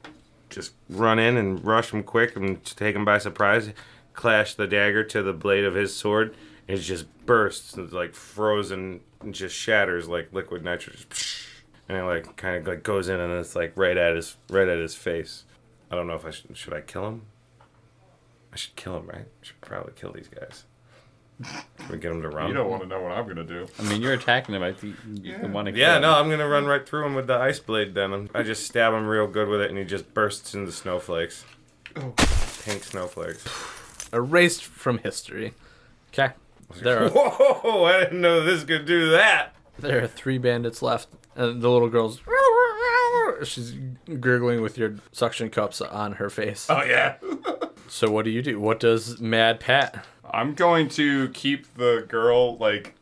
just run in and rush him quick and just take him by surprise, clash the dagger to the blade of his sword, and it just bursts and it's like frozen and just shatters like liquid nitrogen. And it like kind of like goes in and it's like right at his right at his face. I don't know if I should should I kill him. I should kill him, right? I should probably kill these guys. Can we get them to run? You don't want to know what I'm gonna do. I mean, you're attacking him. I think you Yeah. want to. Yeah, no, I'm gonna run right through him with the ice blade. Then I'm- I just stab him real good with it, and he just bursts into snowflakes. Pink snowflakes. erased from history okay there are Whoa! I didn't know this could do that. there are three bandits left and the little girl's she's gurgling with your suction cups on her face Oh yeah. so what do you do what does mad pat I'm going to keep the girl like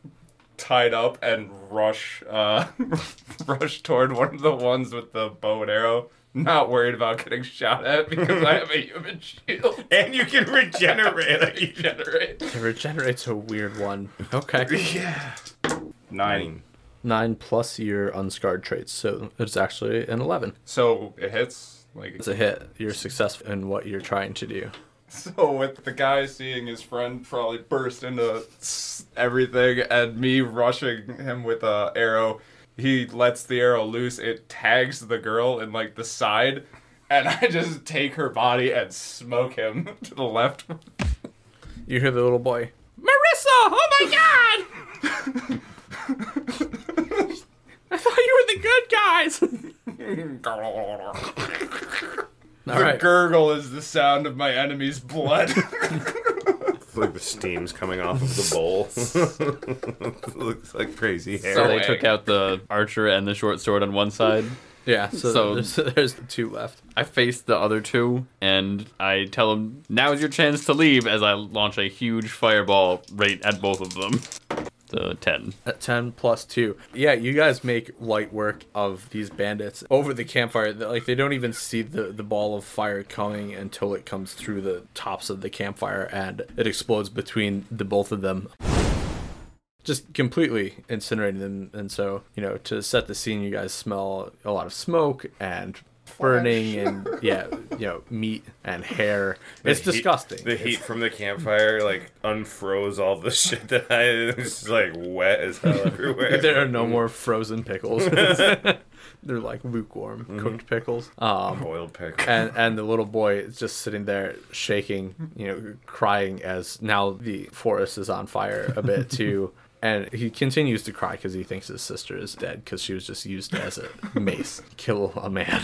tied up and rush uh rush toward one of the ones with the bow and arrow. Not worried about getting shot at because I have a human shield And you can regenerate. Like you just- generate. it regenerates a weird one okay yeah. Nine. nine plus your unscarred traits so it's actually an 11 So it hits like it's a hit you're successful in what you're trying to do so with the guy seeing his friend probably burst into s- everything and me rushing him with a arrow, he lets the arrow loose. It tags the girl in like the side, and I just take her body and smoke him to the left. You hear the little boy. Marissa, oh my god! I thought you were the good guys. the All right. gurgle is the sound of my enemy's blood. It's like the steam's coming off of the bowl. It looks like crazy hair. So So- they took out the archer and the short sword on one side. yeah. So, So- there's, there's the two left. I face the other two, and I tell them, "Now's your chance to leave." As I launch a huge fireball right at both of them. The ten. At ten plus two. Yeah, you guys make light work of these bandits over the campfire. They- Like they don't even see the the ball of fire coming until it comes through the tops of the campfire and it explodes between the both of them. Just completely incinerating them, and so you know to set the scene, you guys smell a lot of smoke and burning and yeah, you know meat and hair. it's The heat- disgusting. The It's- heat from the campfire like unfroze all the shit that I. It's just, like wet as hell everywhere. there are no more frozen pickles. They're like lukewarm cooked pickles. Um, Boiled pick. and and the little boy is just sitting there shaking, you know, crying as now the forest is on fire a bit too. And he continues to cry because he thinks his sister is dead because she was just used as a mace to kill a man.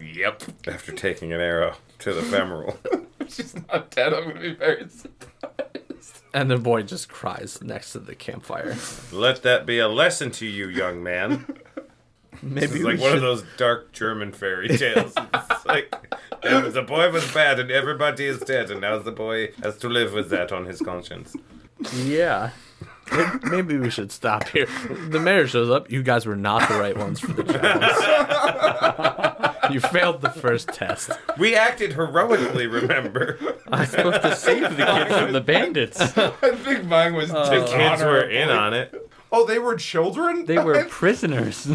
Yep. After taking an arrow to the femoral. She's not dead. I'm gonna be very surprised. And the boy just cries next to the campfire. Let that be a lesson to you, young man. Maybe It's we like one of should- those dark German fairy tales. It's like it was- the boy was bad and everybody is dead, and now the boy has to live with that on his conscience. Yeah. May- Maybe we should stop here. The mayor shows up. You guys were not the right ones for the job. you failed the first test. We acted heroically, remember? I'm supposed to save the kid from the bandits. I think mine was The kids were in on it. Oh, they were children. They were prisoners.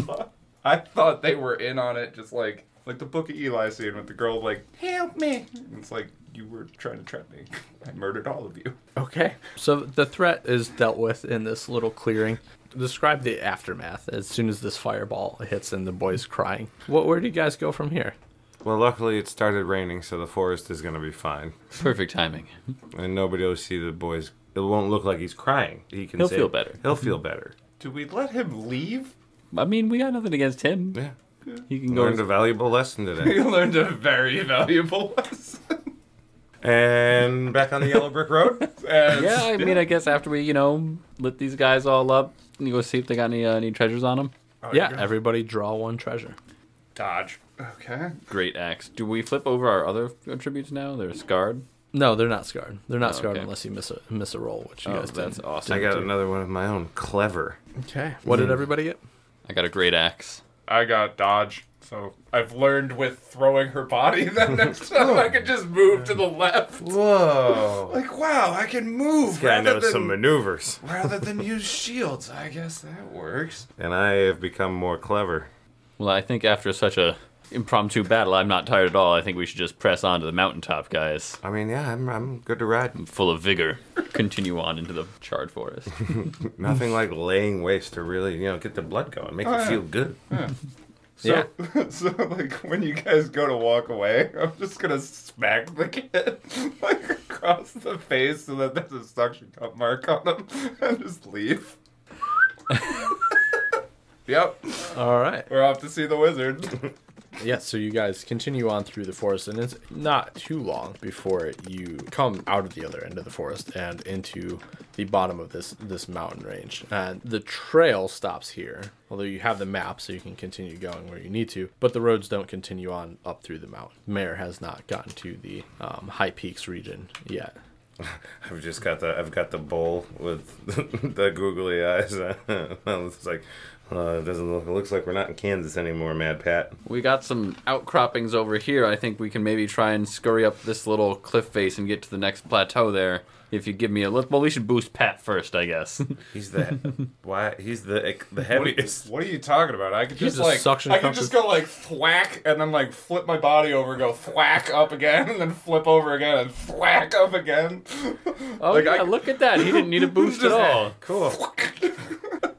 I thought they were in on it, just like like the Book of Eli scene with the girl like, "Help me!" And it's like you were trying to trap me. I murdered all of you. Okay. So the threat is dealt with in this little clearing. Describe the aftermath as soon as this fireball hits and the boys crying. What, where do you guys go from here? Well, luckily it started raining, so the forest is gonna be fine, Perfect timing. and nobody will see the boys. It won't look like he's crying. He can. He'll say- feel better. He'll feel better. Do we let him leave? I mean, we got nothing against him. Yeah. He can go. Learned a valuable lesson today. We learned a very valuable lesson. and back on the yellow brick road. And yeah, I mean, I guess after we, you know, lit these guys all up, you go see if they got any uh, any treasures on them. yeah, everybody draw one treasure. dodge. Okay. Great axe. Do we flip over our other attributes now? They're scarred. No, they're not scarred. They're not scarred Oh, okay. unless you miss a miss a roll, which you Oh, guys that's did. awesome. I got another one of my own. Clever. Okay. What did everybody get? I got a great axe. I got dodge. So I've learned with throwing her body that next time Oh. I can just move to the left. Whoa. Like wow, I can move Yeah, I rather know than some maneuvers. rather than use shields. I guess that works. And I have become more clever. Well, I think after such a impromptu battle, I'm not tired at all. I think we should just press on to the mountaintop, guys. I mean, yeah, I'm, I'm good to ride. Full of vigor, continue on into the charred forest. Nothing like laying waste to really, you know, get the blood going, make it Oh, yeah. feel good. yeah. So like when you guys go to walk away, I'm just gonna smack the kid like across the face so that there's a suction cup mark on him and just leave. yep. All right. We're off to see the wizard. Yeah, so you guys continue on through the forest, and it's not too long before you come out of the other end of the forest and into the bottom of this this mountain range. And the trail stops here, although you have the map, so you can continue going where you need to. But the roads don't continue on up through the mountain. Mare has not gotten to the um, high peaks region yet. I've just got the I've got the bowl with the googly eyes. it's like uh, it doesn't look. It looks like we're not in Kansas anymore, Mad Pat. we got some outcroppings over here. I think we can maybe try and scurry up this little cliff face and get to the next plateau there. If you give me a lift, well, we should boost Pat first, I guess. He's the why? He's the the heaviest. What are you talking about? I could He's just a like suction I could cup just of- go like thwack and then like flip my body over, go thwack up again, and then flip over again and thwack up again. oh Like, yeah, I- look at that. He didn't need a boost at all. Cool.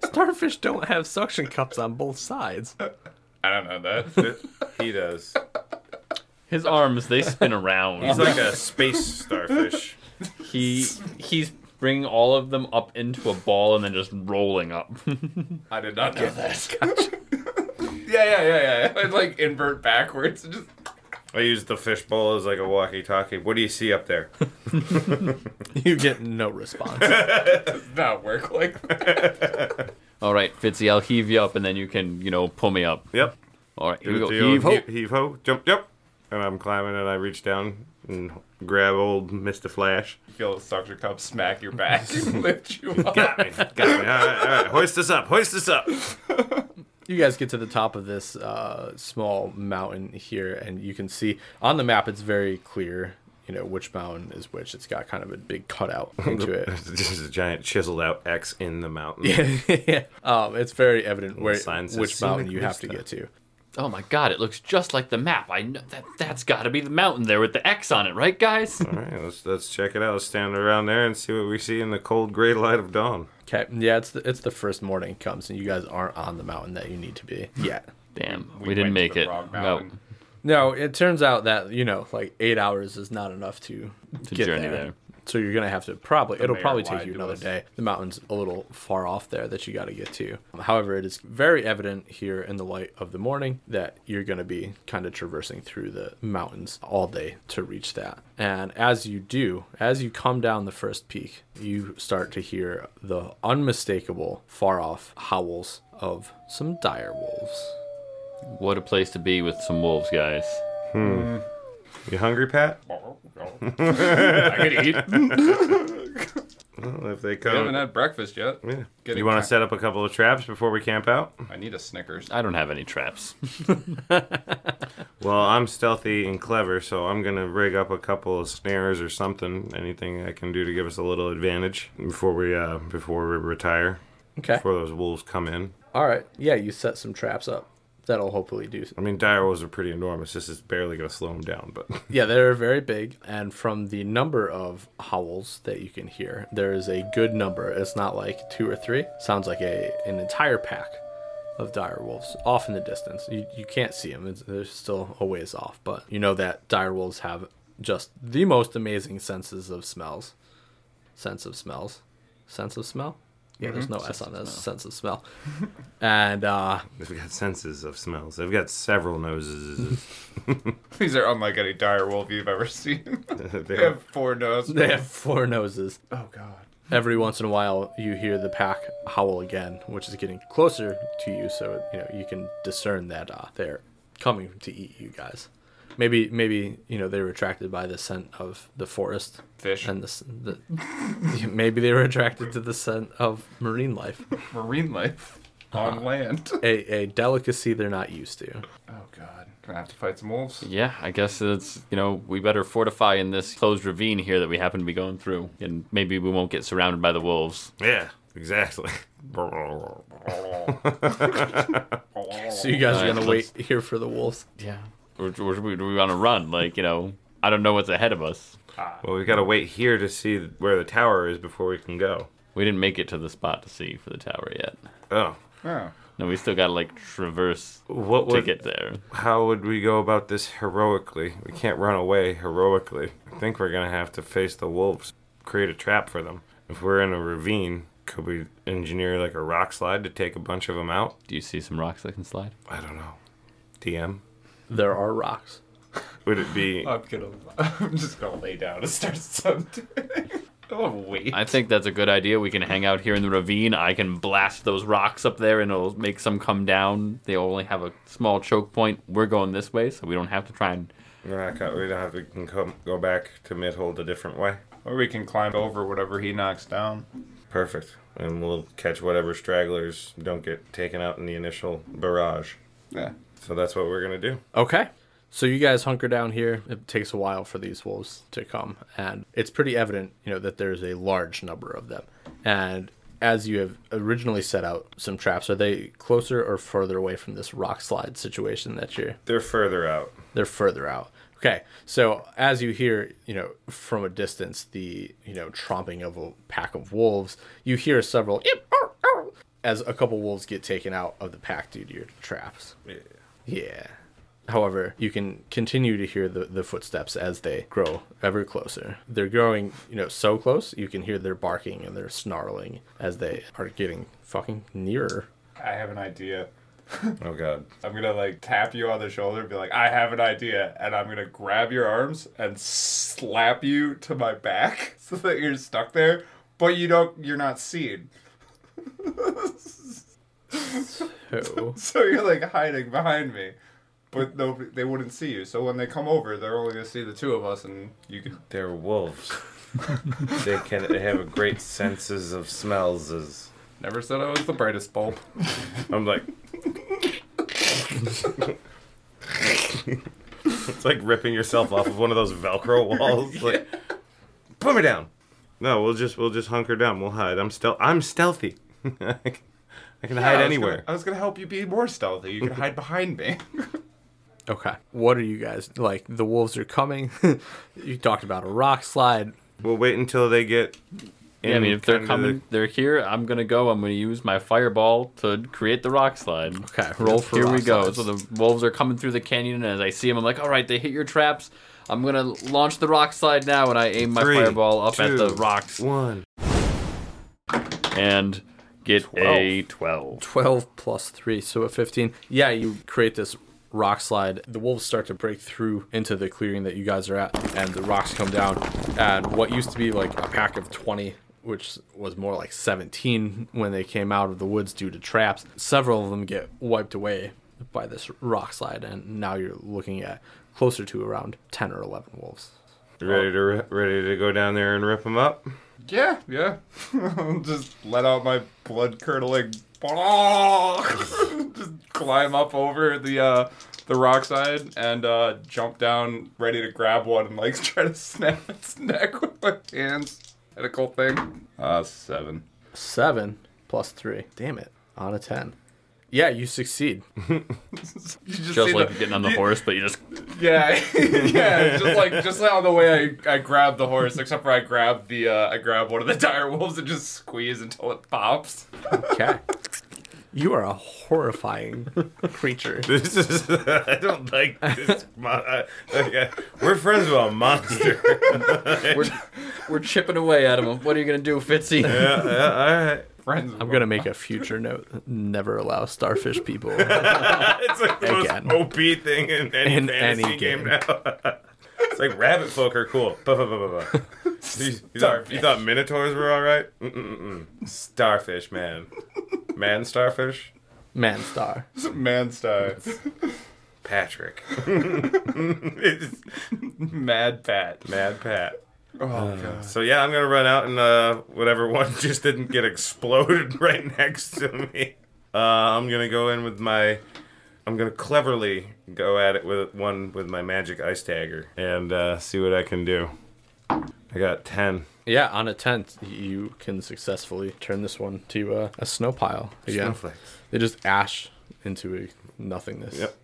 Starfish don't have suction cups on both sides. I don't know that. he does. His arms they spin around. He's like a space starfish. he he's bringing all of them up into a ball and then just rolling up. I did not know that. yeah, yeah, yeah, yeah. I'd like invert backwards and just I use the fishbowl as like a walkie-talkie. What do you see up there? You get no response. not work like that. all right, Fitzy, I'll heave you up and then you can you know pull me up. Yep. All right, here we Do oh, go. the old Heave ho. heave- heave ho, jump, jump. And I'm climbing, and I reach down and grab old Mister Flash. Feel a suction cup smack your back and lift you up. Got me. Got me. All right, all right. Hoist us up. Hoist us up. you guys get to the top of this uh, small mountain here, and you can see on the map it's very clear, you know, which mountain is which. It's got kind of a big cutout into it. Just a giant chiseled out X in the mountain. um, it's very evident where sign says which mountain you Scenic have to Vista. get to. Oh my god, it looks just like the map. I know that that's got to be the mountain there with the X on it, right, guys? All right, let's let's check it out. Let's stand around there and see what we see in the cold gray light of dawn. Okay, yeah, it's the, it's the first morning comes, and you guys aren't on the mountain that you need to be yet. Damn, we, We didn't went to make the it. wrong No, mountain. No, it turns out that you know, like eight hours is not enough to, To journey there. So you're gonna have to probably it'll mayor probably take lied you to another us. day. The mountain's a little far off there that you got to get to. However, it is very evident here in the light of the morning that you're gonna be kind of traversing through the mountains all day to reach that. And as you do, as you come down the first peak, you start to hear the unmistakable far off howls of some dire wolves. what a place to be with some wolves, guys. You hungry, Pat? I could eat. Well, if they I haven't come, had breakfast yet. yeah. Getting you want ki- to set up a couple of traps before we camp out? I need a Snickers. I don't have any traps. Well, I'm stealthy and clever, so I'm gonna rig up a couple of snares or something. Anything I can do to give us a little advantage before we uh before we retire, Okay. before those wolves come in. All right. Yeah, you set some traps up that'll hopefully do. I mean, dire wolves are pretty enormous. This is barely going to slow them down, but Yeah, they're very big, and from the number of howls that you can hear, there is a good number. It's not like two or three. Sounds like a an entire pack of dire wolves off in the distance. You you can't see them. It's, they're still a ways off, but you know that dire wolves have just the most amazing senses of smells, sense of smells, sense of smell. Yeah, there's no S on this. Mm-hmm. Sense of smell, and uh, they've got senses of smells. They've got several noses. These are unlike any dire wolf you've ever seen. they they have four noses. they have four noses. Oh god. every once in a while you hear the pack howl again, which is getting closer to you, so you know you can discern that uh, they're coming to eat you guys. Maybe maybe you know they were attracted by the scent of the forest Fish. and the, s- the maybe they were attracted to the scent of marine life, Marine life on land. a a delicacy they're not used to. Oh god. Gonna have to fight some wolves. Yeah, I guess it's, you know, we better fortify in this closed ravine here that we happen to be going through. And maybe we won't get surrounded by the wolves. yeah, exactly. Oh. So you guys are Alright, gonna wait here for the wolves. Yeah. Or, or do we, do we want to run? Like, you know, I don't know what's ahead of us. Ah. well, we got to wait here to see where the tower is before we can go. We didn't make it to the spot to see for the tower yet. Oh, Oh. No, we still got to, like, traverse what to would get there. how would we go about this heroically? We can't run away heroically. I think we're gonna have to face the wolves, create a trap for them. If we're in a ravine, could we engineer like a rock slide to take a bunch of them out? Do you see some rocks that can slide? I don't know. DM. There are rocks. Would it be? I'm gonna I'm just gonna lay down and start something. oh wait. I think that's a good idea. We can hang out here in the ravine. I can blast those rocks up there and it'll make some come down. They only have a small choke point. We're going this way, so we don't have to try and. Rock out. We don't have. We can come, go back to mid hold a different way. Or we can climb over whatever he knocks down. Perfect. And we'll catch whatever stragglers don't get taken out in the initial barrage. Yeah. So that's what we're gonna do. Okay. So you guys hunker down here. It takes a while for these wolves to come, and it's pretty evident, you know, that there's a large number of them. And as you have originally set out some traps, are they closer or further away from this rock slide situation that you're They're further out. they're further out. Okay, so as you hear, you know, from a distance, the you know tromping of a pack of wolves, you hear several "Yip, arr, arr," as a couple wolves get taken out of the pack due to your traps. Yeah. Yeah. However, you can continue to hear the, the footsteps as they grow ever closer. They're growing, you know, so close you can hear their barking and their snarling as they are getting fucking nearer. I have an idea. Oh God. I'm gonna like tap you on the shoulder and be like, I have an idea, and I'm gonna grab your arms and slap you to my back so that you're stuck there, but you don't you're not seen. Oh. So you're like hiding behind me. But nobody, they wouldn't see you. So when they come over, they're only gonna see the two of us, and you can. They're wolves. they can they have a great senses of smells. As Never said I was the brightest bulb. I'm like. it's like ripping yourself off of one of those Velcro walls. Like, put me down. No, we'll just we'll just hunker down. We'll hide. I'm stealth. I'm stealthy. I can, I can hide I was anywhere. gonna- I was gonna help you be more stealthy. You can hide behind me. Okay. What are you guys like? The wolves are coming. you talked about a rock slide. We'll wait until they get. Yeah, I mean, if they're kinda coming, they're here. I'm gonna go. I'm gonna use my fireball to create the rock slide. Okay, roll for here rock we go. slides. So the wolves are coming through the canyon, and as I see them, I'm like, all right, they hit your traps. I'm gonna launch the rock slide now, and I aim my Three, fireball up at the two, rocks One. and get a twelve. 12 plus 3, so a 15. Yeah, you create this rock slide. The wolves start to break through into the clearing that you guys are at, and the rocks come down. And what used to be like a pack of 20, which was more like 17 when they came out of the woods due to traps, several of them get wiped away by this rock slide. And now you're looking at closer to around 10 or 11 wolves. Ready to ri- ready to go down there and rip them up. Yeah, yeah. Just let out my blood curdling. Just climb up over the uh, the rock side and uh, jump down, ready to grab one and like try to snap its neck with my hands. Medical thing. Uh, seven. seven plus three. Damn it. On a ten. Yeah, you succeed. You just see Just like the- getting on the horse, but you just Yeah, yeah. Just like just like on the way I, I grabbed the horse, except for I grabbed the uh, I grabbed one of the dire wolves and just squeeze until it pops. Okay. You are a horrifying creature. This is. I don't like this. Mon- I, okay. We're friends with a monster. we're, we're chipping away at him. What are you gonna do, Fitzy? yeah, yeah, all right. Friends. I'm gonna make a future note: never allow starfish people. It's like the Again. most OP thing in any In fantasy any game. game. now. it's like rabbit folk are cool. Bah, bah, bah, bah, bah. You, you thought, you thought minotaurs were all right? Mm, Mm-mm-mm. Starfish, man. Man starfish? Man star. man star. Patrick. It's Mad Pat. Mad Pat. Oh Uh, god. So yeah, I'm gonna run out and uh, whatever one just didn't get exploded right next to me. Uh, I'm gonna go in with my, I'm gonna cleverly go at it with one with my magic ice dagger and uh, see what I can do. I got ten. Yeah, on a tent, you can successfully turn this one to uh, a snow pile. Again, Snowflakes. they just ash into a nothingness. Yep.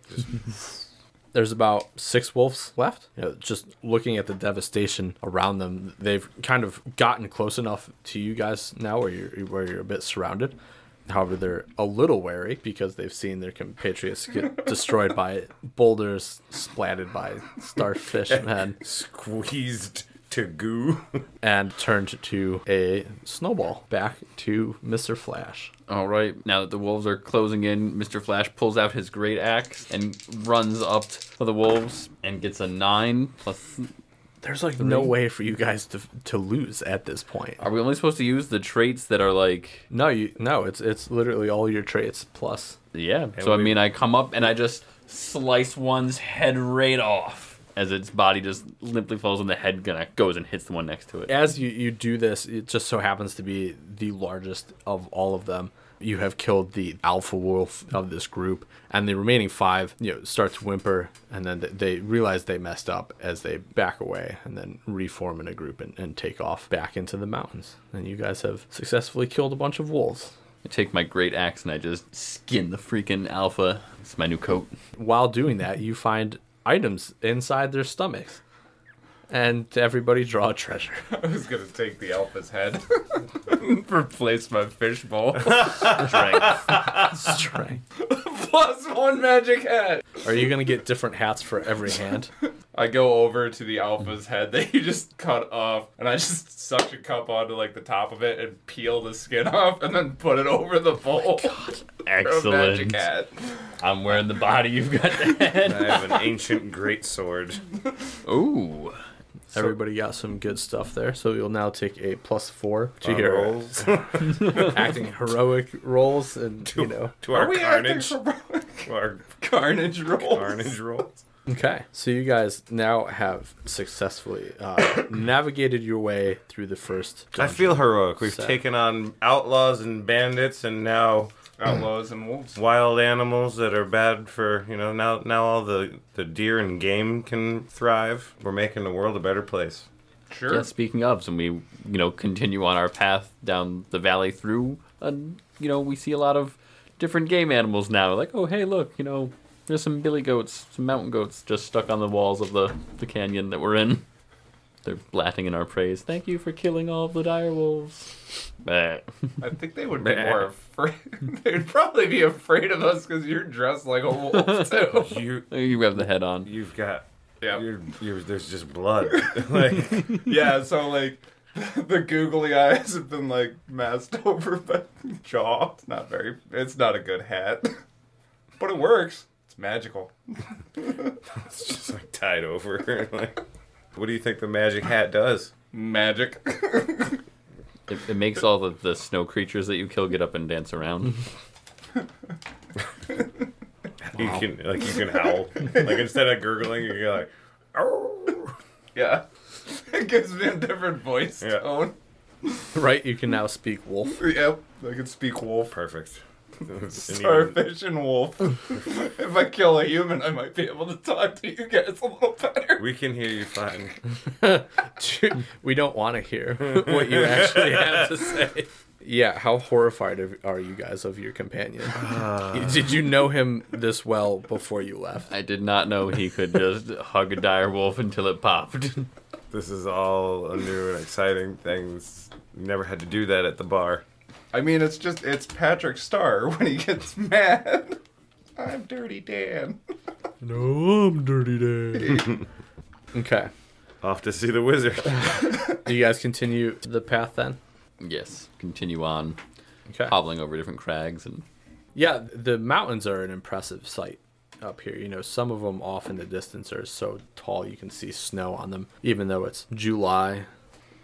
There's about six wolves left. You know, just looking at the devastation around them, they've kind of gotten close enough to you guys now where you're where you're a bit surrounded. However, they're a little wary because they've seen their compatriots get destroyed by boulders splatted by starfish men Squeezed to goo. and turned to a snowball back to Mr. Flash. All right. Now that the wolves are closing in, Mr. Flash pulls out his great axe and runs up to the wolves and gets a nine plus. There's like no way for you guys to to lose at this point. Are we only supposed to use the traits that are like? No, you no, it's it's literally all your traits plus. Yeah. so I we- mean, I come up and I just slice one's head right off as its body just limply falls and the head gonna goes and hits the one next to it. As you, you do this, it just so happens to be the largest of all of them. You have killed the alpha wolf of this group, and the remaining five, you know, start to whimper, and then th- they realize they messed up as they back away, and then reform in a group and, and take off back into the mountains. And you guys have successfully killed a bunch of wolves. I take my great axe and I just skin the freaking alpha. It's my new coat. while doing that, you find items inside their stomachs. And everybody draw a treasure. I was gonna take the alpha's head, replace my fishbowl, Strength. Strength. plus one magic hat. Are you gonna get different hats for every hand? I go over to the alpha's head that you just cut off, and I just suction cup onto like the top of it and peel the skin off, and then put it over the bowl. for a magic Excellent. hat. I'm wearing the body. You've got the head. I have an ancient great sword. Ooh. everybody got some good stuff there, so you'll now take a plus four to Our your rolls acting heroic roles, and you know. to our Are we acting carnage, for- to our carnage rolls? carnage rolls. Okay, so you guys now have successfully uh, navigated your way through the first. I feel heroic. We've Sad. taken on outlaws and bandits, and now Outlaws and wolves. wild animals that are bad for you know now now all the the deer and game can thrive we're making the world a better place Sure. Yeah, speaking of, and we, you know, continue on our path down the valley through, and you know, we see a lot of different game animals now. Like, oh, hey, look, you know, there's some billy goats, some mountain goats just stuck on the walls of the, the canyon that we're in. They're blatting in our praise. Thank you for killing all the dire wolves. Bah. I think they would be more afraid. They'd probably be afraid of us because you're dressed like a wolf too. you you have the head on. you've got yeah. you're, you're, there's just blood like Yeah. So like, the googly eyes have been like masked over by the jaw. It's not very. It's not a good hat, but it works. It's magical. it's just like tied over like what do you think the magic hat does Magic. It, it makes all the, the snow creatures that you kill get up and dance around. you can like you can howl like instead of gurgling you are like oh yeah. It gives me a different voice Yeah. tone. Right, you can now speak wolf. Yep. I can speak wolf. perfect Starfish and wolf. if I kill a human, I might be able to talk to you guys a little better. we can hear you fine we don't want to hear what you actually have to say. Yeah, how horrified of- are you guys of your companion? Did you know him this well before you left? I did not know he could just hug a dire wolf until it popped. This is all a new and exciting thing. This- Never had to do that at the bar. I mean, it's just it's Patrick Starr when he gets mad. I'm Dirty Dan. No, I'm dirty Dan. okay. Off to see the wizard. Do you guys continue to the path then? yes, continue on, Okay. hobbling over different crags and Yeah, the mountains are an impressive sight up here. You know, some of them off in the distance are so tall you can see snow on them, even though it's July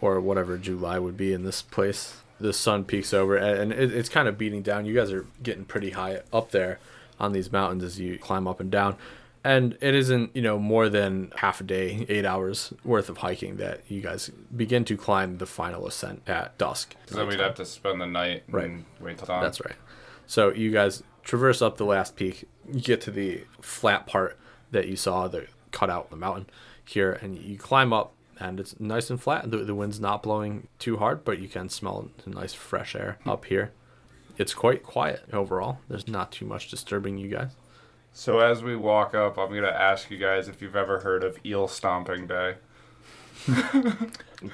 or whatever July would be in this place. The sun peaks over and and it, it's kind of beating down. You guys are getting pretty high up there on these mountains as you climb up and down. And it isn't, you know, more than half a day, eight hours worth of hiking that you guys begin to climb the final ascent at dusk. So then we'd have to spend the night and Right. wait till dawn. That's right. So you guys traverse up the last peak, you get to the flat part that you saw that cut out the mountain here, and you climb up, and it's nice and flat. The, the wind's not blowing too hard, but you can smell the nice fresh air up here. It's quite quiet overall. There's not too much disturbing you guys. So as we walk up, I'm gonna ask you guys if you've ever heard of eel stomping day.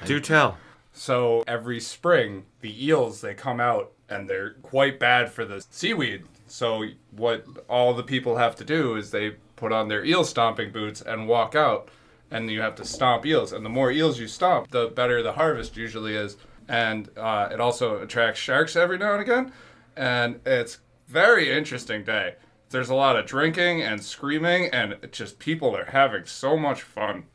do tell. So every spring, the eels they come out and they're quite bad for the seaweed. So what all the people have to do is they put on their eel stomping boots and walk out and you have to stomp eels and the more eels you stomp, the better the harvest usually is. And uh, it also attracts sharks every now and again and it's very interesting day. There's a lot of drinking and screaming and it just people are having so much fun.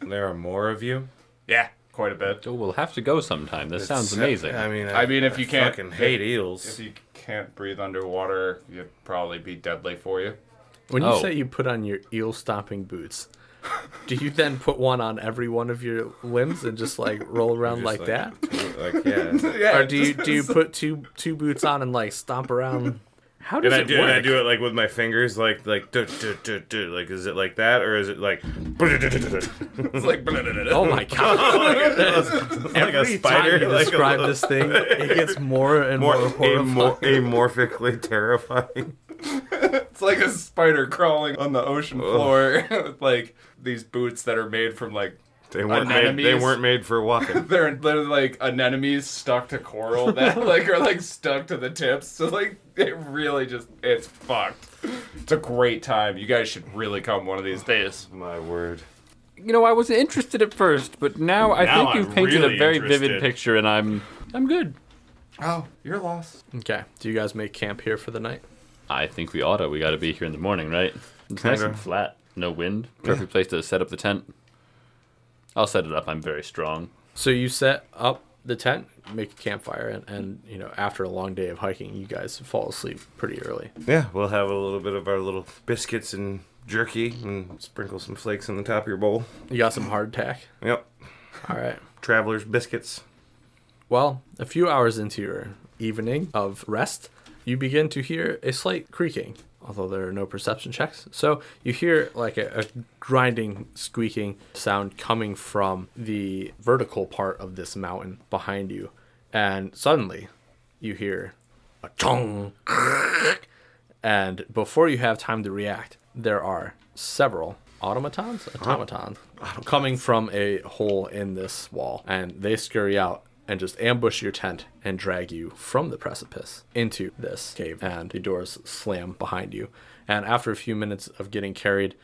There are more of you. Yeah, quite a bit. oh, we'll have to go sometime. This sounds Except- amazing. I mean, I, I mean, if you can't fucking hate If eels. you can't breathe underwater, you'd probably be deadly for you. When you Oh. say you put on your eel stomping boots, do you then put one on every one of your limbs and just like roll around Just like, that? Like, yeah. Yeah. Or do you do you put two two boots on and like stomp around? How does And I it do, work? and I do it like with my fingers, like like duh, duh, duh, duh. like is it like that or is it like It's like Oh my god! like a Every spider? time you like describe a, this thing, it gets more and more, more, horrifying. amor- amorphically terrifying. it's like a spider crawling on the ocean floor with like these boots that are made from like They weren't made, they Anemones. weren't made for walking. they're they're like anemones stuck to coral that like are like stuck to the tips. So like it really just it's fucked. It's a great time. You guys should really come one of these days. my word. you know, I wasn't interested at first, but now I Now think I'm you've painted really a very interested. vivid picture, and I'm I'm good. Oh, you're lost. Okay, do you guys make camp here for the night? I think we oughta. We got to be here in the morning, right? It's nice and Kinda. flat, no wind. Perfect place to set up the tent. I'll set it up. I'm very strong. So you set up the tent, make a campfire, and, and you know after a long day of hiking, you guys fall asleep pretty early. Yeah, we'll have a little bit of our little biscuits and jerky and sprinkle some flakes on the top of your bowl. You got some hardtack. Yep. All right. Traveler's biscuits. Well, a few hours into your evening of rest, you begin to hear a slight creaking, although there are no perception checks. So you hear like a, a grinding, squeaking sound coming from the vertical part of this mountain behind you. And suddenly you hear a chong. And before you have time to react, there are several automatons, automatons coming from a hole in this wall, and they scurry out and just ambush your tent and drag you from the precipice into this cave, and the doors slam behind you. And after a few minutes of getting carried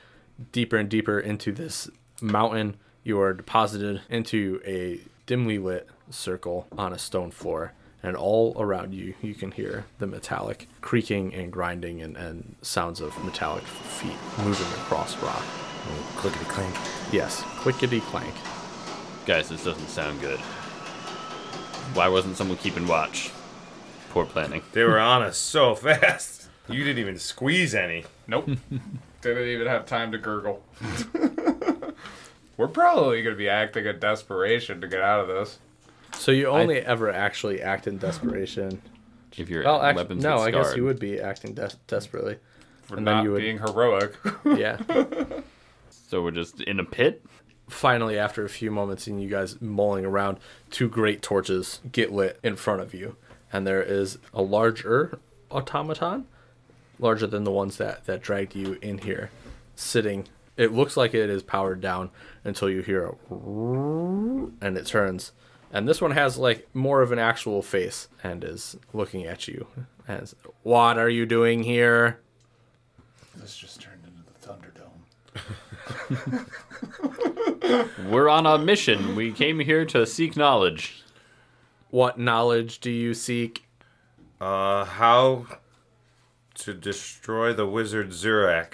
deeper and deeper into this mountain, you are deposited into a dimly lit circle on a stone floor and all around you you can hear the metallic creaking and grinding and, and sounds of metallic feet moving across rock Clickety clank. yes clickety clank Guys, this doesn't sound good. Why wasn't someone keeping watch? Poor planning. They were on us so fast. You didn't even squeeze any. Nope. Didn't even have time to gurgle. We're probably going to be acting in desperation to get out of this. so you only ever actually act in desperation If your well actually weapons no get i scarred, guess you would be acting des- desperately For And then not you would- being heroic. yeah So we're just in a pit. finally after a few moments and you guys mulling around two great torches get lit in front of you and there is a larger automaton, larger than the ones that that dragged you in here, sitting. It looks like it is powered down until you hear a and it turns. And this one has like more of an actual face and is looking at you. As what are you doing here? This just turned into the Thunderdome. We're on a mission. We came here to seek knowledge. What knowledge do you seek? Uh, how to destroy the wizard Zurak?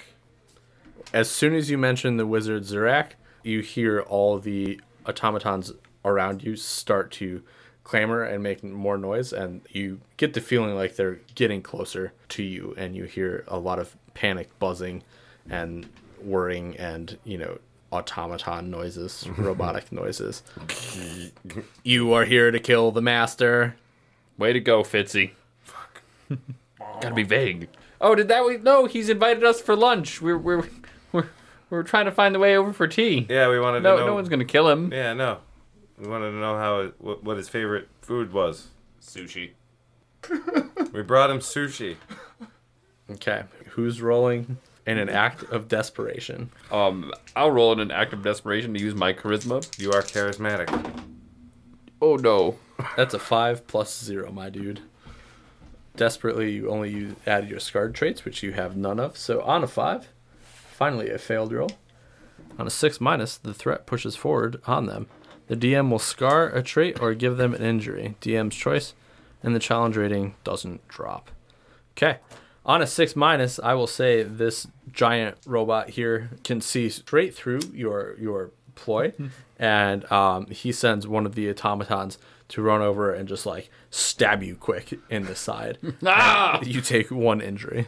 As soon as you mention the wizard Zurak, you hear all the automatons around you start to clamor and make more noise, and you get the feeling like they're getting closer to you, and you hear a lot of panic buzzing and whirring and, you know, automaton noises, robotic noises. you are here to kill the master. Way to go, Fitzy. Fuck. Gotta be vague. Oh, did that? We, no, he's invited us for lunch. We're we're we're, we're trying to find the way over for tea. Yeah, we wanted no, to know. no one's gonna kill him. Yeah, no. We wanted to know how it, what, what his favorite food was. Sushi. We brought him sushi. Okay. Who's rolling in an act of desperation? Um, I'll roll in an act of desperation to use my charisma. You are charismatic. Oh no. That's a five plus zero, my dude. Desperately, you only use, add your scarred traits, which you have none of. So on a five, finally a failed roll. On a six minus, the threat pushes forward on them. The DM will scar a trait or give them an injury. DM's choice, and the challenge rating doesn't drop. Okay. On a six minus, I will say this giant robot here can see straight through your your ploy, Mm-hmm. and um, he sends one of the automatons to run over and just like stab you quick in the side. Ah! you take one injury.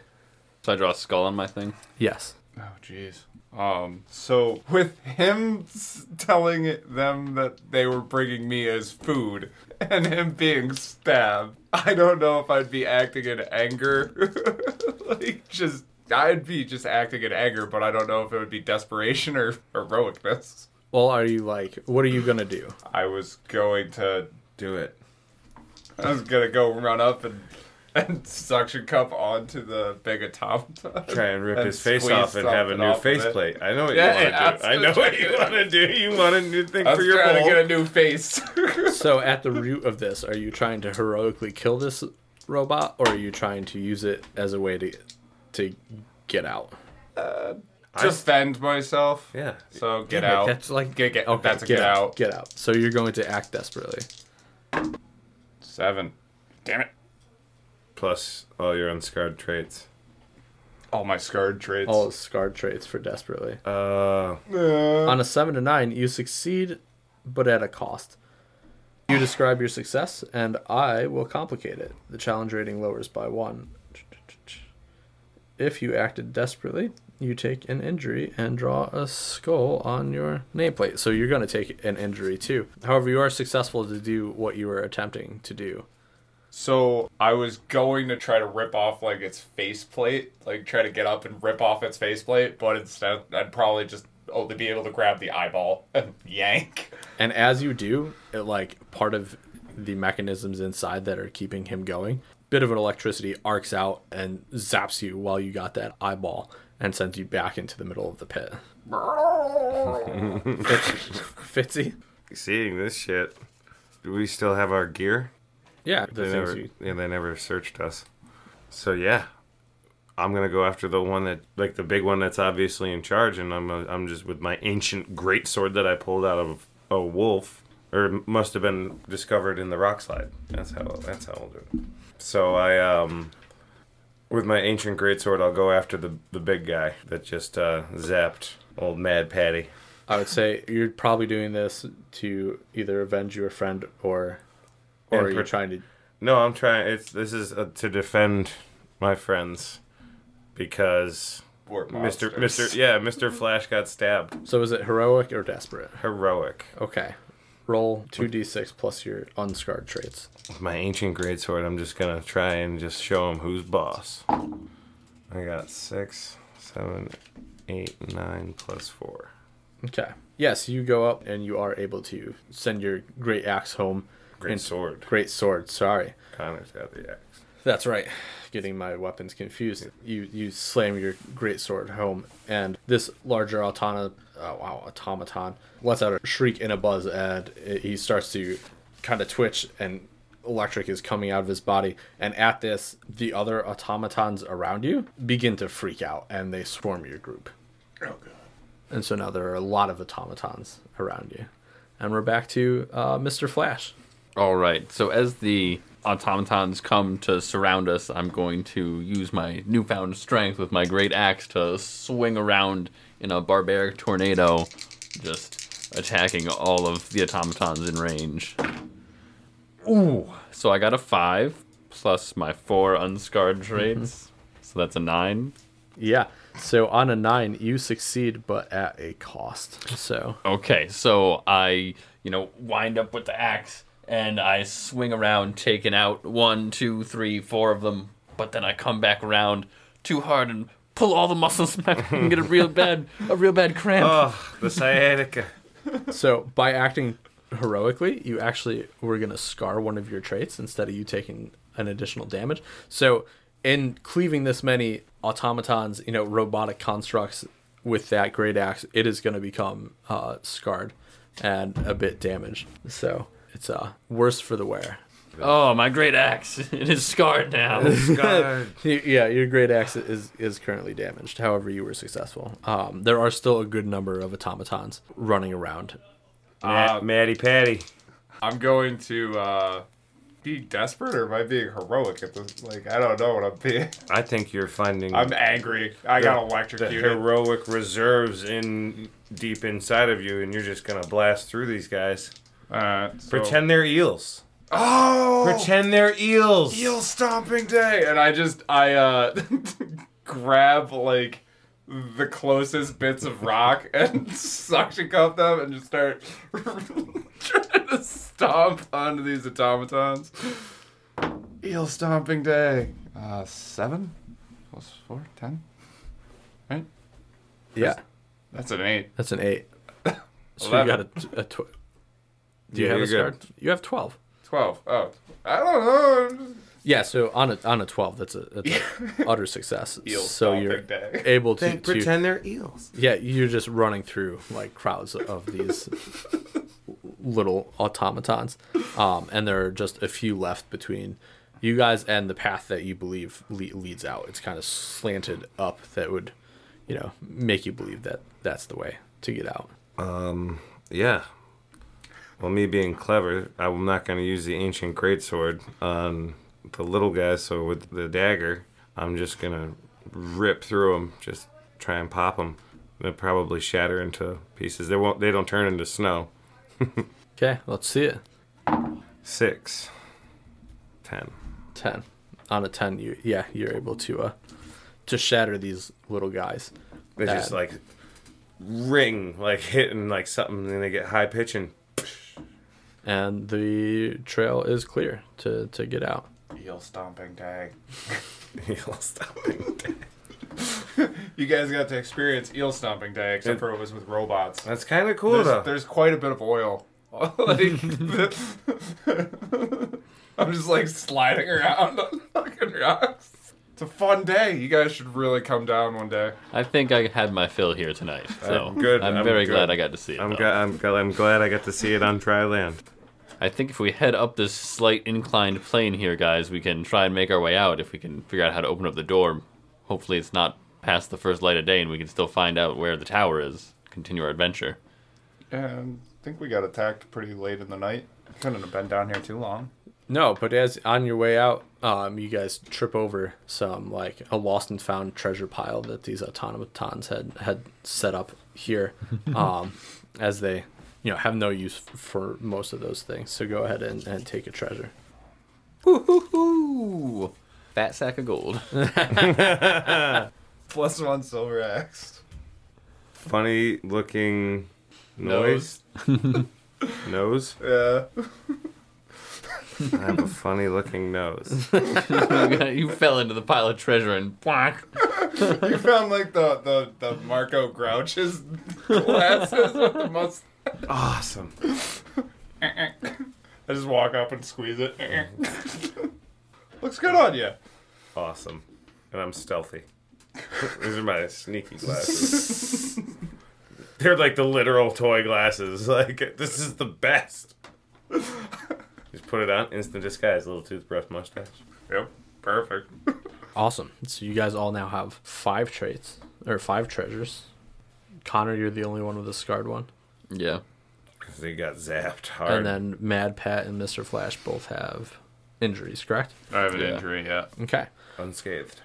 So I draw a skull on my thing. Yes. Oh, jeez. Um, so with him s- telling them that they were bringing me as food and him being stabbed, I don't know if I'd be acting in anger. like, just, I'd be just acting in anger, but I don't know if it would be desperation or heroicness. Well, are you like? What are you gonna do? I was going to, Do it. I was gonna go run up and, and suction cup onto the big automata. Try and rip And his face squeeze off and have a something new off of it. faceplate. I know what Yeah, you yeah, want to do. I I'm know still what you want to do. You want a new thing I for was your trying bowl. to get a new face. So at the root of this, are you trying to heroically kill this robot, or are you trying to use it as a way to to get out? defend myself. Yeah. So get Wait, out. That's like get, get, that's a get, get, out. Get out. So you're going to act desperately. Seven. Damn it. Plus all your unscarred traits. All my scarred traits. All scarred traits for desperately. Uh, On a seven to nine, you succeed, but at a cost. You describe your success, and I will complicate it. The challenge rating lowers by one. If you acted desperately, you take an injury and draw a skull on your nameplate. So you're going to take an injury too. However, you are successful to do what you were attempting to do. So I was going to try to rip off like its faceplate, like try to get up and rip off its faceplate, but instead I'd probably just only be able to grab the eyeball and yank. And as you do, it like part of the mechanisms inside that are keeping him going, bit of an electricity arcs out and zaps you while you got that eyeball and sends you back into the middle of the pit. Fitzy? seeing this shit, do we still have our gear? Yeah, the They things never, you- yeah, they never searched us. So yeah, I'm gonna go after the one that, like the big one that's obviously in charge, and I'm, uh, I'm just with my ancient great sword that I pulled out of a wolf, or must have been discovered in the rock slide. That's how, that's how I'll do it. So I, um, with my ancient great sword, I'll go after the the big guy that just uh, zapped old Mad Patty. I would say you're probably doing this to either avenge your friend or or And you're pro- trying to No, I'm trying. It's this is uh, to defend my friends because. We're Mr. monsters. Mr. Yeah, Mr. Flash got stabbed. So is it heroic or desperate? Heroic. Okay. Roll 2d6 plus your unscarred traits. With my ancient greatsword, I'm just gonna try and just show him who's boss. I got six, seven, eight, nine plus four. Okay. Yes, you go up and you are able to send your great axe home Great sword. Great sword. Sorry. Connor's got the axe. That's right. Getting my weapons confused. You you slam your greatsword home, and this larger autona, oh, wow, automaton lets out a shriek and a buzz, and it, he starts to kind of twitch, and electric is coming out of his body. And at this, the other automatons around you begin to freak out, and they swarm your group. And so now there are a lot of automatons around you. And we're back to uh, Mr. Flash. All right. So as the automatons come to surround us, I'm going to use my newfound strength with my great axe to swing around in a barbaric tornado, just attacking all of the automatons in range. Ooh. So I got a five plus my four unscarred traits. so that's a nine. Yeah. So on a nine, you succeed, but at a cost. So Okay, so I, you know, wind up with the axe and I swing around, taking out one, two, three, four of them. But then I come back around too hard and pull all the muscles back and get a real bad, a real bad cramp. Oh, the sciatica. so by acting heroically, you actually were gonna scar one of your traits instead of you taking an additional damage. So in cleaving this many automatons, you know, robotic constructs with that great axe, it is gonna become uh, scarred and a bit damaged. So it's uh worse for the wear. oh, my great axe! It is scarred now. Uh, God. Y- Yeah, your great axe is is currently damaged. However, you were successful. Um, there are still a good number of automatons running around. Ma- Matty Patty. I'm going to uh, be desperate, or am I being heroic at this? Like, I don't know what I'm being. I think you're finding I'm angry. I got the electrocuted. heroic reserves in deep inside of you, and you're just gonna blast through these guys. Uh, so- Pretend they're eels. Oh, Pretend they're eels. eel stomping day, and I just I uh grab like the closest bits of rock and suction cup them and just start trying to stomp onto these automatons. Eel stomping day. Uh, seven plus four, ten. Right? Yeah, That's an eight. that's an eight. So you Eleven. got a, a tw- Do you Yeah, have a you're scar? good. You have twelve. Twelve. Oh, I don't know. I'm just- Yeah, so on a on a twelve, that's a, that's a utter success. Eel so you're stomping day. able to, They to pretend they're eels. yeah, you're just running through like crowds of these little automatons, um, and there are just a few left between you guys and the path that you believe le- leads out. It's kind of slanted up that would, you know, make you believe that that's the way to get out. Yeah. Well, me being clever, I'm not going to use the ancient greatsword on the little guy. So with the dagger, I'm just going to rip through them, just try and pop them. They'll probably shatter into pieces. They won't. They don't turn into snow. Okay, let's see it. Six. Ten. 10 on a 10 you yeah you're able to uh to shatter these little guys They just Bad. like ring, like hitting like something, and they get high pitching. and the trail is clear to to get out Eel stomping day. You'll stop it. You guys got to experience eel stomping day, except It- for it was with robots. That's kind of cool though. There's, there's quite a bit of oil. like, I'm just like sliding around on fucking rocks. It's a fun day. You guys should really come down one day. I think I had my fill here tonight. So I'm good, I'm, I'm very good. glad I got to see it. I'm, though. gl- I'm, gl- I'm glad I got to see it on dry land. I think if we head up this slight inclined plane here, guys, we can try and make our way out. If we can figure out how to open up the door, hopefully it's not past the first light of day, and we can still find out where the tower is. Continue our adventure. And I think we got attacked pretty late in the night. Couldn't have been down here too long. no but as on your way out um you guys trip over some like a lost and found treasure pile that these automatons had had set up here um as they you know have no use f- for most of those things so go ahead and, and take a treasure Ooh, fat sack of gold. Plus one silver axe. funny looking noise. nose. Yeah. I have a funny looking nose. you fell into the pile of treasure and whack. You found like the, the, the Marco Grouch's glasses with the most. Awesome. I just walk up and squeeze it. Looks good on you. Awesome. And I'm stealthy. These are my sneaky glasses. They're like the literal toy glasses. Like, this is the best. Just put it on, instant disguise, little toothbrush mustache. Yep, perfect. Awesome. So you guys all now have five traits or five treasures. Connor, you're the only one with a scarred one, Yeah. 'Cause they got zapped hard. and then Mad Pat and Mister Flash both have injuries. Correct. I have an Yeah. injury yet. Okay. unscathed.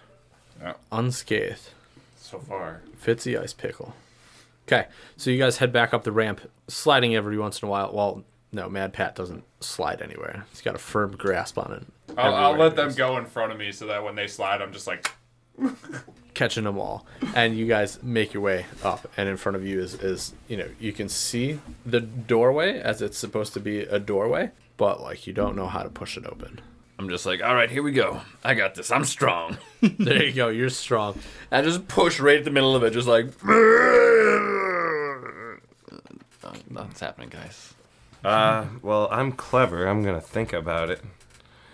Unscathed. So far. Fitzy Ice Pickle. Okay, so you guys head back up the ramp, sliding every once in a while. Well, no, Mad Pat doesn't slide anywhere. He's got a firm grasp on it, I'll, I'll Everywhere let them go in front of me so that when they slide, I'm just like, catching them all. And you guys make your way up, and in front of you is, is you know, you can see the doorway as it's supposed to be a doorway, but like you don't know how to push it open. I'm just like, all right, here we go. I got this. I'm strong. There you go, you're strong. I just push right at the middle of it, just like. Uh, Nothing's happening, guys. Uh, well, I'm clever. I'm gonna think about it.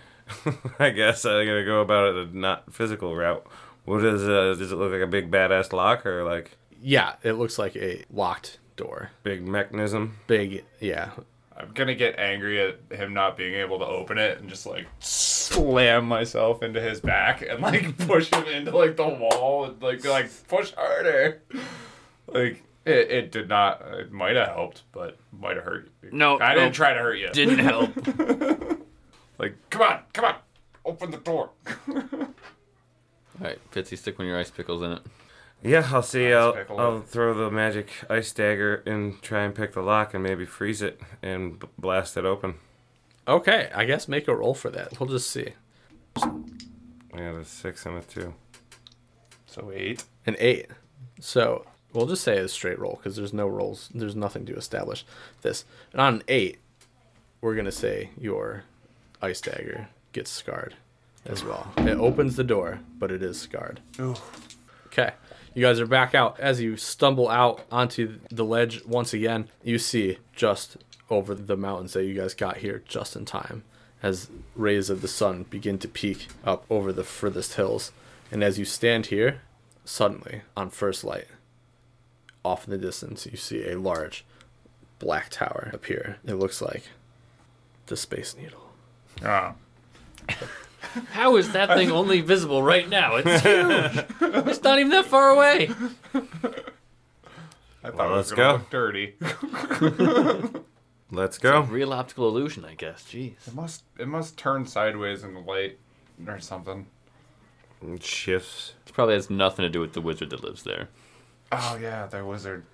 I guess I'm gonna go about it a not physical route. What is uh? Does it look like a big badass lock or like Yeah, it looks like a locked door. big mechanism? Big, yeah. I'm gonna get angry at him not being able to open it and just like slam myself into his back and like push him into like the wall and like be like push harder. Like it, it did not. It might have helped, but might have hurt you. No, I no. didn't try to hurt you. Didn't help. Like come on, come on, open the door. All right, Fitzy, stick one of your ice pickles in it. Yeah, I'll see. I'll, pickle I'll it. throw the magic ice dagger and try and pick the lock and maybe freeze it and b- blast it open. Okay, I guess make a roll for that. We'll just see. I got a six and a two. so eight. an eight. So we'll just say a straight roll because there's no rolls. There's nothing to establish this. And on an eight, we're gonna say your ice dagger gets scarred as well. It opens the door, but it is scarred. Okay. You guys are back out. As you stumble out onto the ledge once again, you see just over the mountains that you guys got here just in time as rays of the sun begin to peak up over the furthest hills. And as you stand here, suddenly, on first light, off in the distance, you see a large black tower appear. It looks like the Space Needle. Oh. Ah. How is that thing only visible right now? It's huge. It's not even that far away. I thought Well, it let's was gonna go. look dirty. Let's go. Real optical illusion, I guess. Jeez. It must it must turn sideways in the light or something. It shifts. It probably has nothing to do with the wizard that lives there. Oh yeah, the wizard.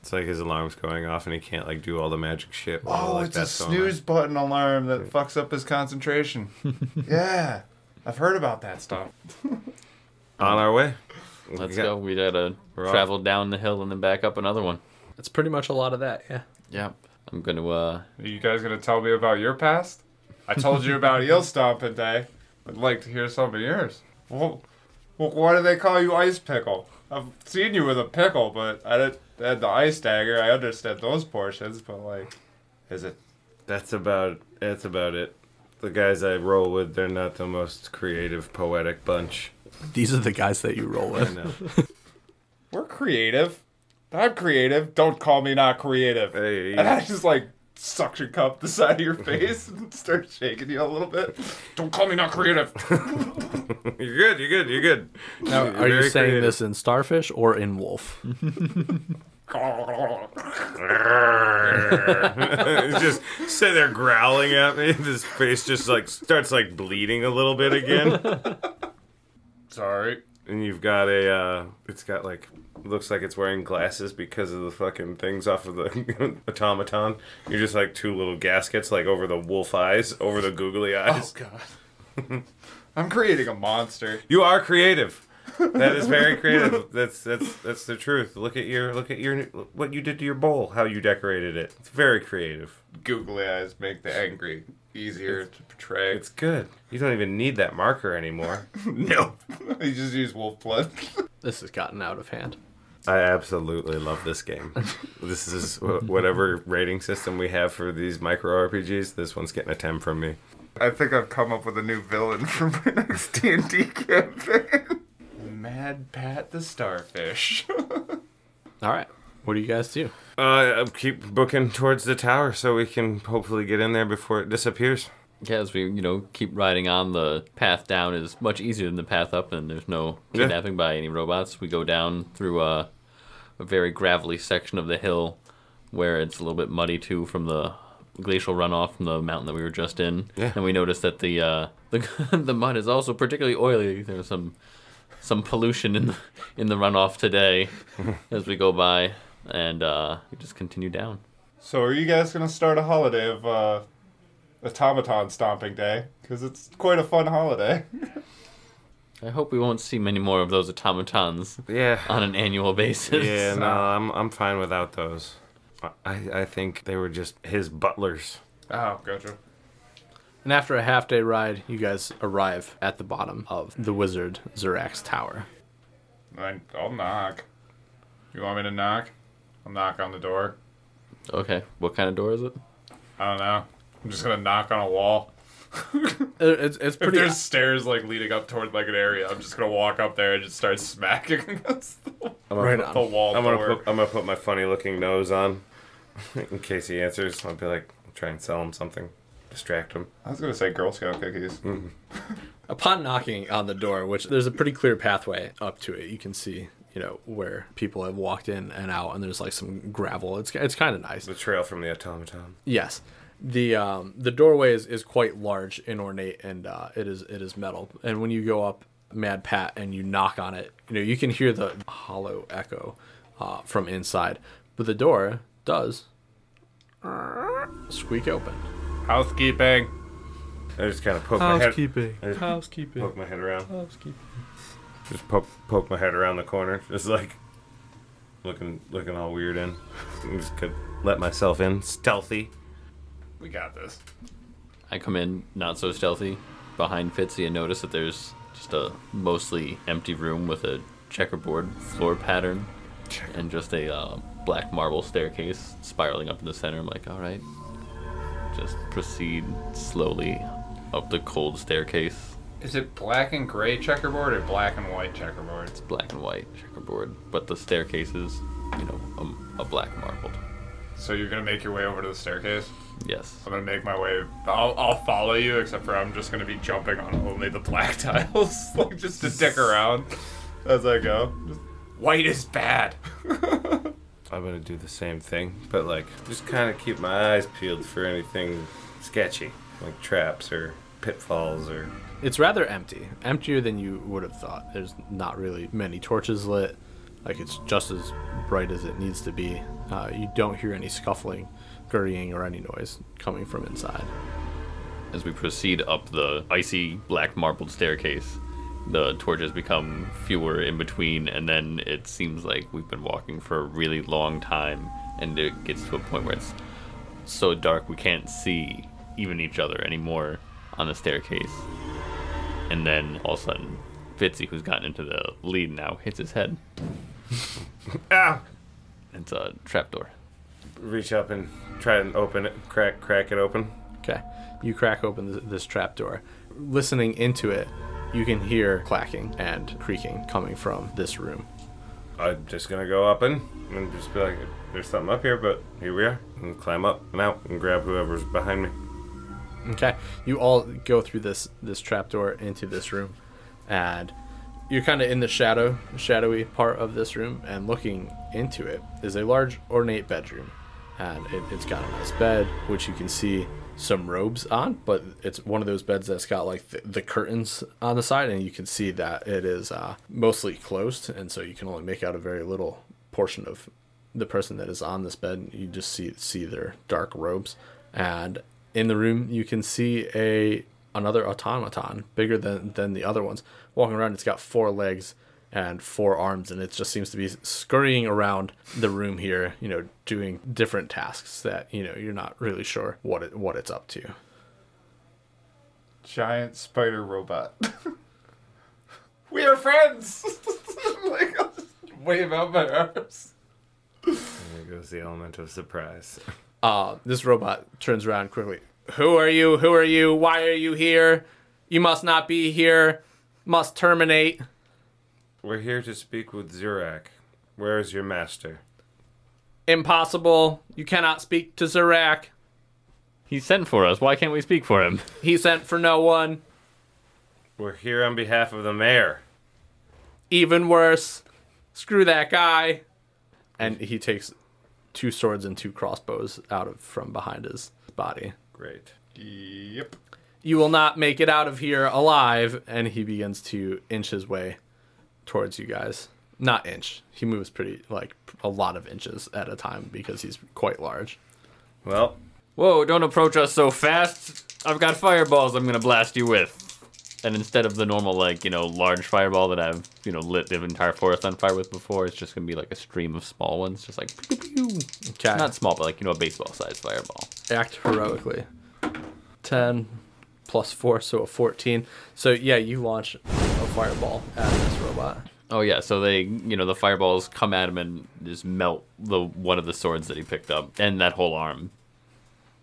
It's like his alarm's going off and he can't like do all the magic shit. while, Oh, like, it's a that's going on. snooze button alarm that fucks up his concentration. yeah, I've heard about that stuff. On our way. Let's got- go. We gotta We're off. travel down the hill and then back up another one. That's pretty much a lot of that, yeah. Yeah. I'm gonna uh Are you guys gonna tell me about your past? I told you about eel stomping day. I'd like to hear some of yours. Well, well, why do they call you ice pickle? I've seen you with a pickle, but I didn't had the ice dagger. I understand those portions, but like, is it? That's about that's about it. The guys I roll with, they're not the most creative, poetic bunch. These are the guys that you roll I with. know. We're creative. I'm creative. Don't call me not creative. Hey, And I just like suction cup the side of your face and start shaking you a little bit. Don't call me not creative. you're good. You're good. You're good. Now, You're are you very saying creative. this in starfish or in wolf? It's just sit there growling at me. His face just like starts like bleeding a little bit again. Sorry. And you've got a. Uh, it's got like looks like it's wearing glasses because of the fucking things off of the automaton. You're just like two little gaskets like over the wolf eyes, over the googly eyes. Oh, God. I'm creating a monster. You are creative. That is very creative. That's that's that's the truth. Look at your look at your what you did to your bowl, how you decorated it. It's very creative. Googly eyes make the angry easier to portray. It's good. You don't even need that marker anymore. no. you just use wolf blood. This has gotten out of hand. I absolutely love this game. this is wh- whatever rating system we have for these micro RPGs. This one's getting a ten from me. I think I've come up with a new villain for my next D and D campaign. Mad Pat the Starfish. All right. What do you guys do? Uh, I'll keep booking towards the tower so we can hopefully get in there before it disappears. Yeah, as we you know keep riding on, the path down is much easier than the path up, and there's no Yeah. kidnapping by any robots. We go down through a, a very gravelly section of the hill, where it's a little bit muddy too from the glacial runoff from the mountain that we were just in. Yeah. And we noticed that the uh, the the mud is also particularly oily. There's some some pollution in the, in the runoff today as we go by, and uh, we just continue down. so are you guys gonna start a holiday of uh, automaton stomping day? Because it's quite a fun holiday. I hope we won't see many more of those automatons Yeah. on an annual basis. Yeah, no, I'm I'm fine without those. I I think they were just his butlers. Oh, gotcha. And after a half day ride, you guys arrive at the bottom of the wizard Zurak's tower. I, I'll knock. You want me to knock? I'll knock on the door. Okay. What kind of door is it? I don't know. I'm just gonna knock on a wall. Uh, It's, it's If pretty. there's stairs like leading up toward like an area, I'm just gonna walk up there and just start smacking against the, Right the on. wall I'm gonna door. put I'm gonna put my funny looking nose on, in case he answers. I'll be like, try and sell him something, distract him. I was gonna say Girl Scout cookies. Hmm. Upon knocking on the door, which there's a pretty clear pathway up to it, you can see, you know, where people have walked in and out, and there's like some gravel. It's it's kind of nice. The trail from the automaton. Yes, the um, the doorway is, is quite large and ornate, and uh, it is it is metal. And when you go up Mad Pat and you knock on it, you know you can hear the hollow echo uh, from inside. But the door does squeak open. Housekeeping. I just kind of poke my head. I just Housekeeping. Oh. poke my head around. Housekeeping. Just poke poke my head around the corner. Just like looking looking all weird in. And just could let myself in stealthy. We got this. I come in not so stealthy behind Fitzy and notice that there's just a mostly empty room with a checkerboard floor pattern and just a uh, black marble staircase spiraling up in the center. I'm like, all right, just proceed slowly up the cold staircase. Is it black and gray checkerboard or black and white checkerboard? It's black and white checkerboard, but the staircase is, you know, a, a black marbled. So you're gonna make your way over to the staircase. Yes. I'm gonna make my way. I'll, I'll follow you, except for I'm just gonna be jumping on only the black tiles, like just to dick around as I go. Just- white is bad. I'm gonna do the same thing, but like just kind of keep my eyes peeled for anything sketchy, like traps or pitfalls or. It's rather empty, emptier than you would have thought. There's not really many torches lit. Like it's just as bright as it needs to be. Uh, you don't hear any scuffling, scurrying, or any noise coming from inside. As we proceed up the icy black marbled staircase, the torches become fewer in between, and then it seems like we've been walking for a really long time, and it gets to a point where it's so dark we can't see even each other anymore on the staircase. And then all of a sudden, Fitzy, who's gotten into the lead now, hits his head. Ah! It's a trapdoor. Reach up and try and open it, crack crack it open. Okay. You crack open this, this trap door. Listening into it, you can hear clacking and creaking coming from this room. I'm just gonna go up in and just be like, "There's something up here," but here we are, and climb up and out and grab whoever's behind me. Okay. You all go through this this trapdoor into this room, and you're kind of in the shadow, shadowy part of this room, and looking into it is a large ornate bedroom, and it, it's got a nice bed, which you can see some robes on, but it's one of those beds that's got like the, the curtains on the side, and you can see that it is uh, mostly closed, and so you can only make out a very little portion of the person that is on this bed you just see see their dark robes and in the room you can see a another automaton bigger than than the other ones walking around it's got four legs and four arms and it just seems to be scurrying around the room here you know doing different tasks that you know you're not really sure what it what it's up to Giant spider robot. we are friends. like, wave out my arms. There goes the element of surprise. Uh, this robot turns around quickly. Who are you? Who are you? Why are you here? You must not be here. Must terminate. We're here to speak with Zurak. Where is your master? Impossible. You cannot speak to Zarak. He sent for us. Why can't we speak for him? He sent for no one. We're here on behalf of the mayor. Even worse. Screw that guy. And he takes two swords and two crossbows out of from behind his body. Great. Yep. You will not make it out of here alive. And he begins to inch his way towards you guys. Not inch. He moves pretty, like, a lot of inches at a time because he's quite large. Well, Whoa, don't approach us so fast. I've got fireballs I'm gonna blast you with. And instead of the normal, like, you know, large fireball that I've, you know, lit the entire forest on fire with before, it's just gonna be like a stream of small ones, just like pew, pew, pew. Okay. not small, but like, you know, a baseball sized fireball. act heroically. 10 plus 4, so a 14. So, yeah, you launch a fireball at this robot. Oh yeah, so they you know, the fireballs come at him and just melt the one of the swords that he picked up and that whole arm.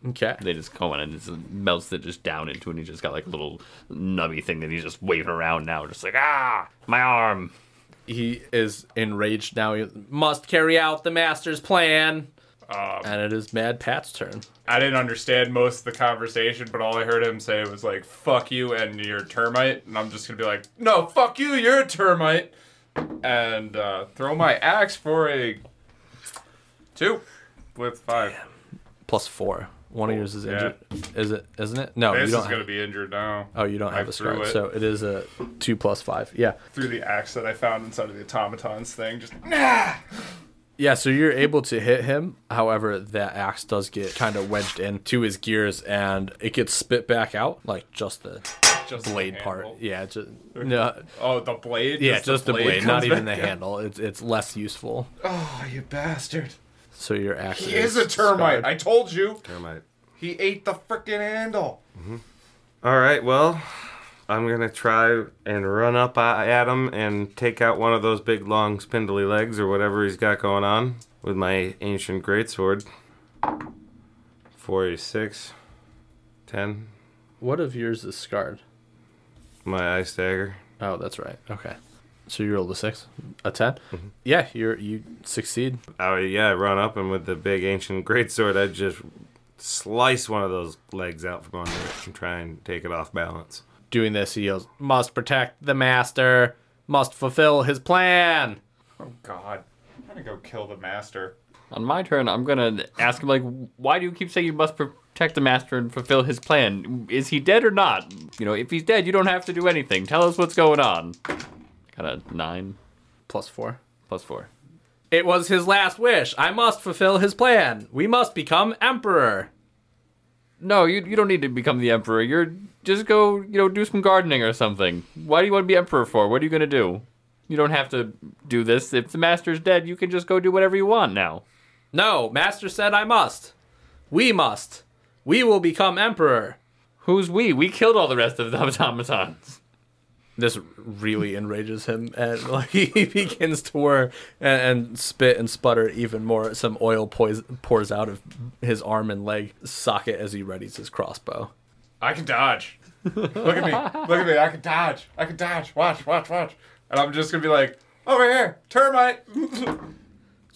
Okay. They just come in and just melts it just down into it and he just got like a little nubby thing that he's just waving around now, just like, ah, my arm. He is enraged now. He must carry out the master's plan. Uh, and it is Mad Pat's turn. I didn't understand most of the conversation, but all I heard him say was like, fuck you and you're a termite. And I'm just going to be like, no, fuck you, you're a termite. And uh, throw my axe for a two with five. Plus 4. One of yours is Oh, yeah. injured. Is it? Isn't it? No, this Oh, you is don't. going have, to be injured now. oh, you don't I have a threw scar. it. So it is a 2 plus 5. Yeah. Through the axe that I found inside of the automatons thing, just nah. Yeah, so you're able to hit him. However, that axe does get kind of wedged into his gears and it gets spit back out, like just the Just the blade part. handle. Yeah, just no, Oh, the blade. yeah, just, the blade, not comes even the back out. handle. It's it's less useful. Oh, you bastard! So your axe He is a termite. scarred. I told you. termite. He ate the frickin' handle. All right, well, I'm going to try and run up a- at him and take out one of those big, long, spindly legs or whatever he's got going on with my ancient greatsword. 46, 10, What of yours is scarred? my ice dagger. Oh, that's right. Okay. So you rolled a six, a 10 Mm-hmm. Yeah, you're you succeed. Oh, yeah, I run up and with the big ancient greatsword, I just slice one of those legs out from under it and try and take it off balance. Doing this, he yells, "Must protect the master. Must fulfill his plan." Oh God, I'm gonna go kill the master. On my turn, I'm gonna ask him like, why do you keep saying you must protect the master and fulfill his plan? Is he dead or not? You know, if he's dead, you don't have to do anything. Tell us what's going on. Got a nine Plus four. plus four. It was his last wish. I must fulfill his plan. We must become emperor. No, you you don't need to become the emperor. You're just go you know do some gardening or something. Why do you want to be emperor for? What are you gonna do? You don't have to do this. If the master's dead, you can just go do whatever you want now. No, master said I must. We must. We will become emperor. Who's we? We killed all the rest of the automatons. This really enrages him, and like, he begins to whir and, and spit and sputter even more. Some oil pois- pours out of his arm and leg socket as he readies his crossbow. I can dodge. Look at me. Look at me. I can dodge. I can dodge. Watch. Watch. Watch. And I'm just gonna be like, over here, termite.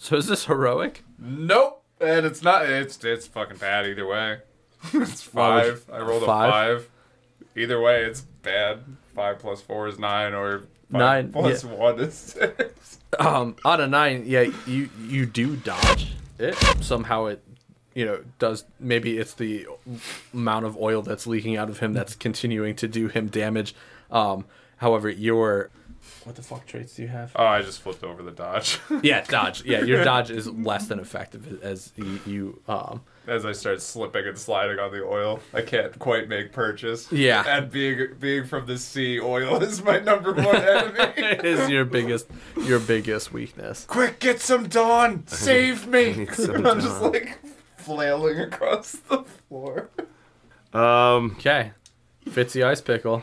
So is this heroic? nope. And it's not. It's it's fucking bad either way. it's Why would- five. I rolled five? a five. Either way, it's bad. Five plus four is nine, or five Nine, plus yeah. one is six. Um, on a nine, yeah, you you do dodge it somehow. It you know does maybe it's the amount of oil that's leaking out of him that's continuing to do him damage. Um, however, your what the fuck traits do you have? Oh, I just flipped over the dodge Yeah, dodge. Yeah, your dodge is less than effective as you, you um. as I start slipping and sliding on the oil. I can't quite make purchase. Yeah. and being being from the sea, oil is my number one enemy. Is your biggest your biggest weakness. Quick, get some Dawn! Save me! Need some I'm just Dawn. like flailing across the floor. Um, Okay, Fitzy ice pickle.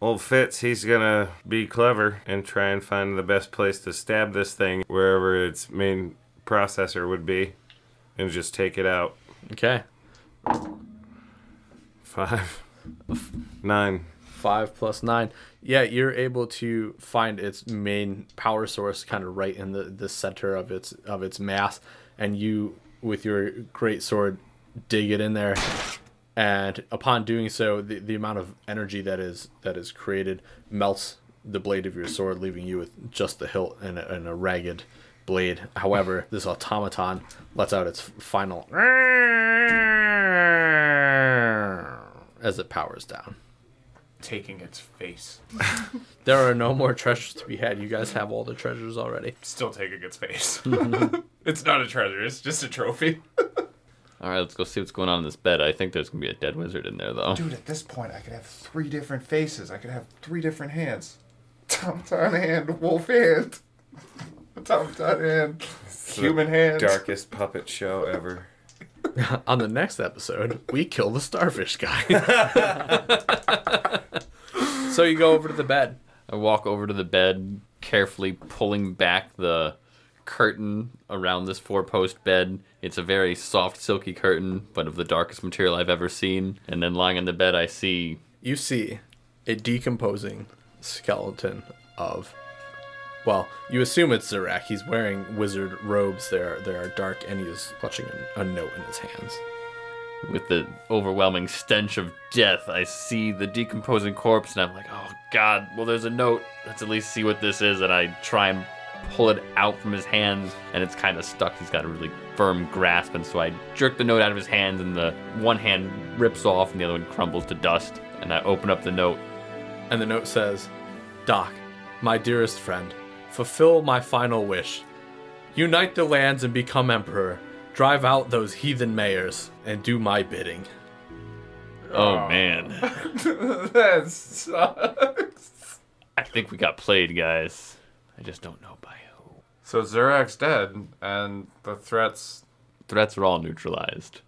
old Fitz, he's gonna be clever and try and find the best place to stab this thing wherever its main processor would be, and just take it out. Okay. Five, nine. Five plus nine. Yeah, you're able to find its main power source kind of right in the, the center of its of its mass, and you with your great sword dig it in there. And upon doing so, the, the amount of energy that is that is created melts the blade of your sword, leaving you with just the hilt and a, and a ragged blade. However, this automaton lets out its final as it powers down. Taking its face. There are no more treasures to be had. You guys have all the treasures already. Still taking its face. it's not a treasure, it's just a trophy. All right, let's go see what's going on in this bed. I think there's gonna be a dead wizard in there, though. Dude, at this point, I could have three different faces. I could have three different hands. Tom-Tom hand, wolf hand. Tom-Tom hand, human hand. Darkest puppet show ever. On the next episode, we kill the starfish guy. so you go over to the bed. I walk over to the bed, carefully pulling back the curtain around this four post bed. It's a very soft, silky curtain, but of the darkest material I've ever seen. And then lying on the bed, I see You see a decomposing skeleton of. Well, you assume it's Zarak. He's wearing wizard robes. They are, they are dark, and he is clutching a, a note in his hands. with the overwhelming stench of death, I see the decomposing corpse, and I'm like, oh god, well, there's a note. Let's at least see what this is. And I try and pull it out from his hands, and it's kind of stuck. He's got a really firm grasp, and so I jerk the note out of his hands, and the one hand rips off, and the other one crumbles to dust. And I open up the note. And the note says, Doc, my dearest friend, fulfill my final wish. Unite the lands and become emperor. Drive out those heathen mayors and do my bidding. Oh man, that sucks. I think we got played, guys. I just don't know by who. So Zurak's dead, and the threats. Threats are all neutralized,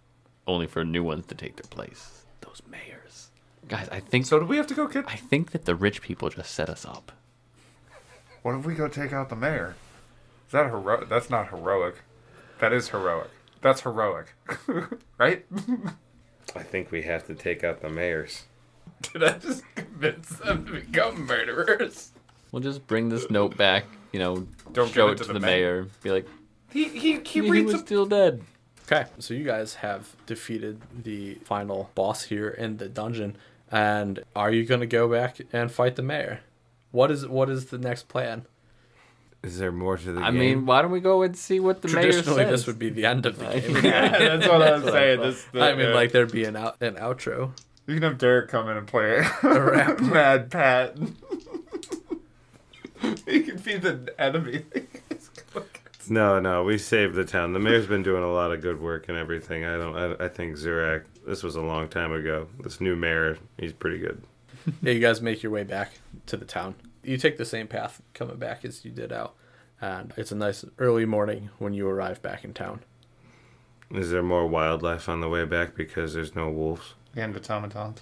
only for new ones to take their place. Those mayors, guys. I think So do we have to go kid? I think that the rich people just set us up. What if we go take out the mayor? Is that hero? That's not heroic. That is heroic. That's heroic, right? I think we have to take out the mayors. Did I just convince them to become murderers? We'll just bring this note back, you know, Don't show give it to the, mayor. Be like, He he he he, reads was a still dead. Okay, so you guys have defeated the final boss here in the dungeon. And are you going to go back and fight the mayor? What is what is the next plan? Is there more to the I game? mean, why don't we go and see what the mayor says? Traditionally, this would be the end of the game. Yeah, that's what I was saying. thought. This, I mean, like there'd be an out, an outro. uh, You can have Derek come in and play A rap. Mad Pat. he could be the enemy. No, no, we saved the town. The mayor's been doing a lot of good work and everything. I don't. I, I think Zurak. This was a long time ago. This new mayor, he's pretty good. Yeah, you guys make your way back to the town. You take the same path coming back as you did out, and it's a nice early morning when you arrive back in town. Is there more wildlife on the way back because there's no wolves? And automatons.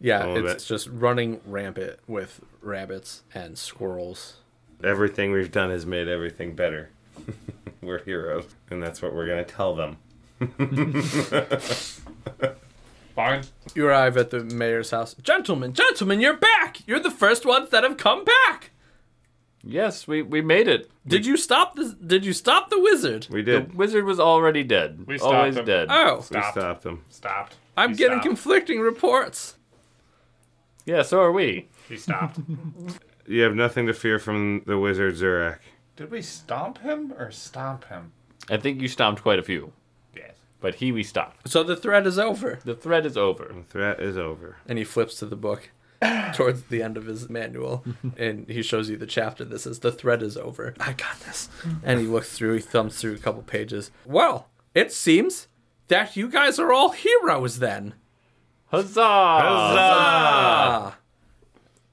Yeah, All of it's just running rampant with rabbits and squirrels. Everything we've done has made everything better. we're heroes, and that's what we're gonna tell them. Fine. You arrive at the mayor's house. Gentlemen, gentlemen, you're back! You're the first ones that have come back. Yes, we, we made it. Did you stop the Did you stop the wizard? We The did. wizard was already dead. We stopped Always him. dead. Oh, We Stopped. stopped them. Stopped. I'm He getting stopped. conflicting reports. Yeah, so are we. He stopped. You have nothing to fear from the wizard Zurak. Did we stomp him or stomp him? I think you stomped quite a few, Yes. but he we stopped. So the threat is over. The threat is over. The threat is over. and he flips to the book towards the end of his manual and he shows you the chapter this is the thread is over i got this and he looks through he thumbs through a couple pages well it seems that you guys are all heroes then Huzzah! Uh.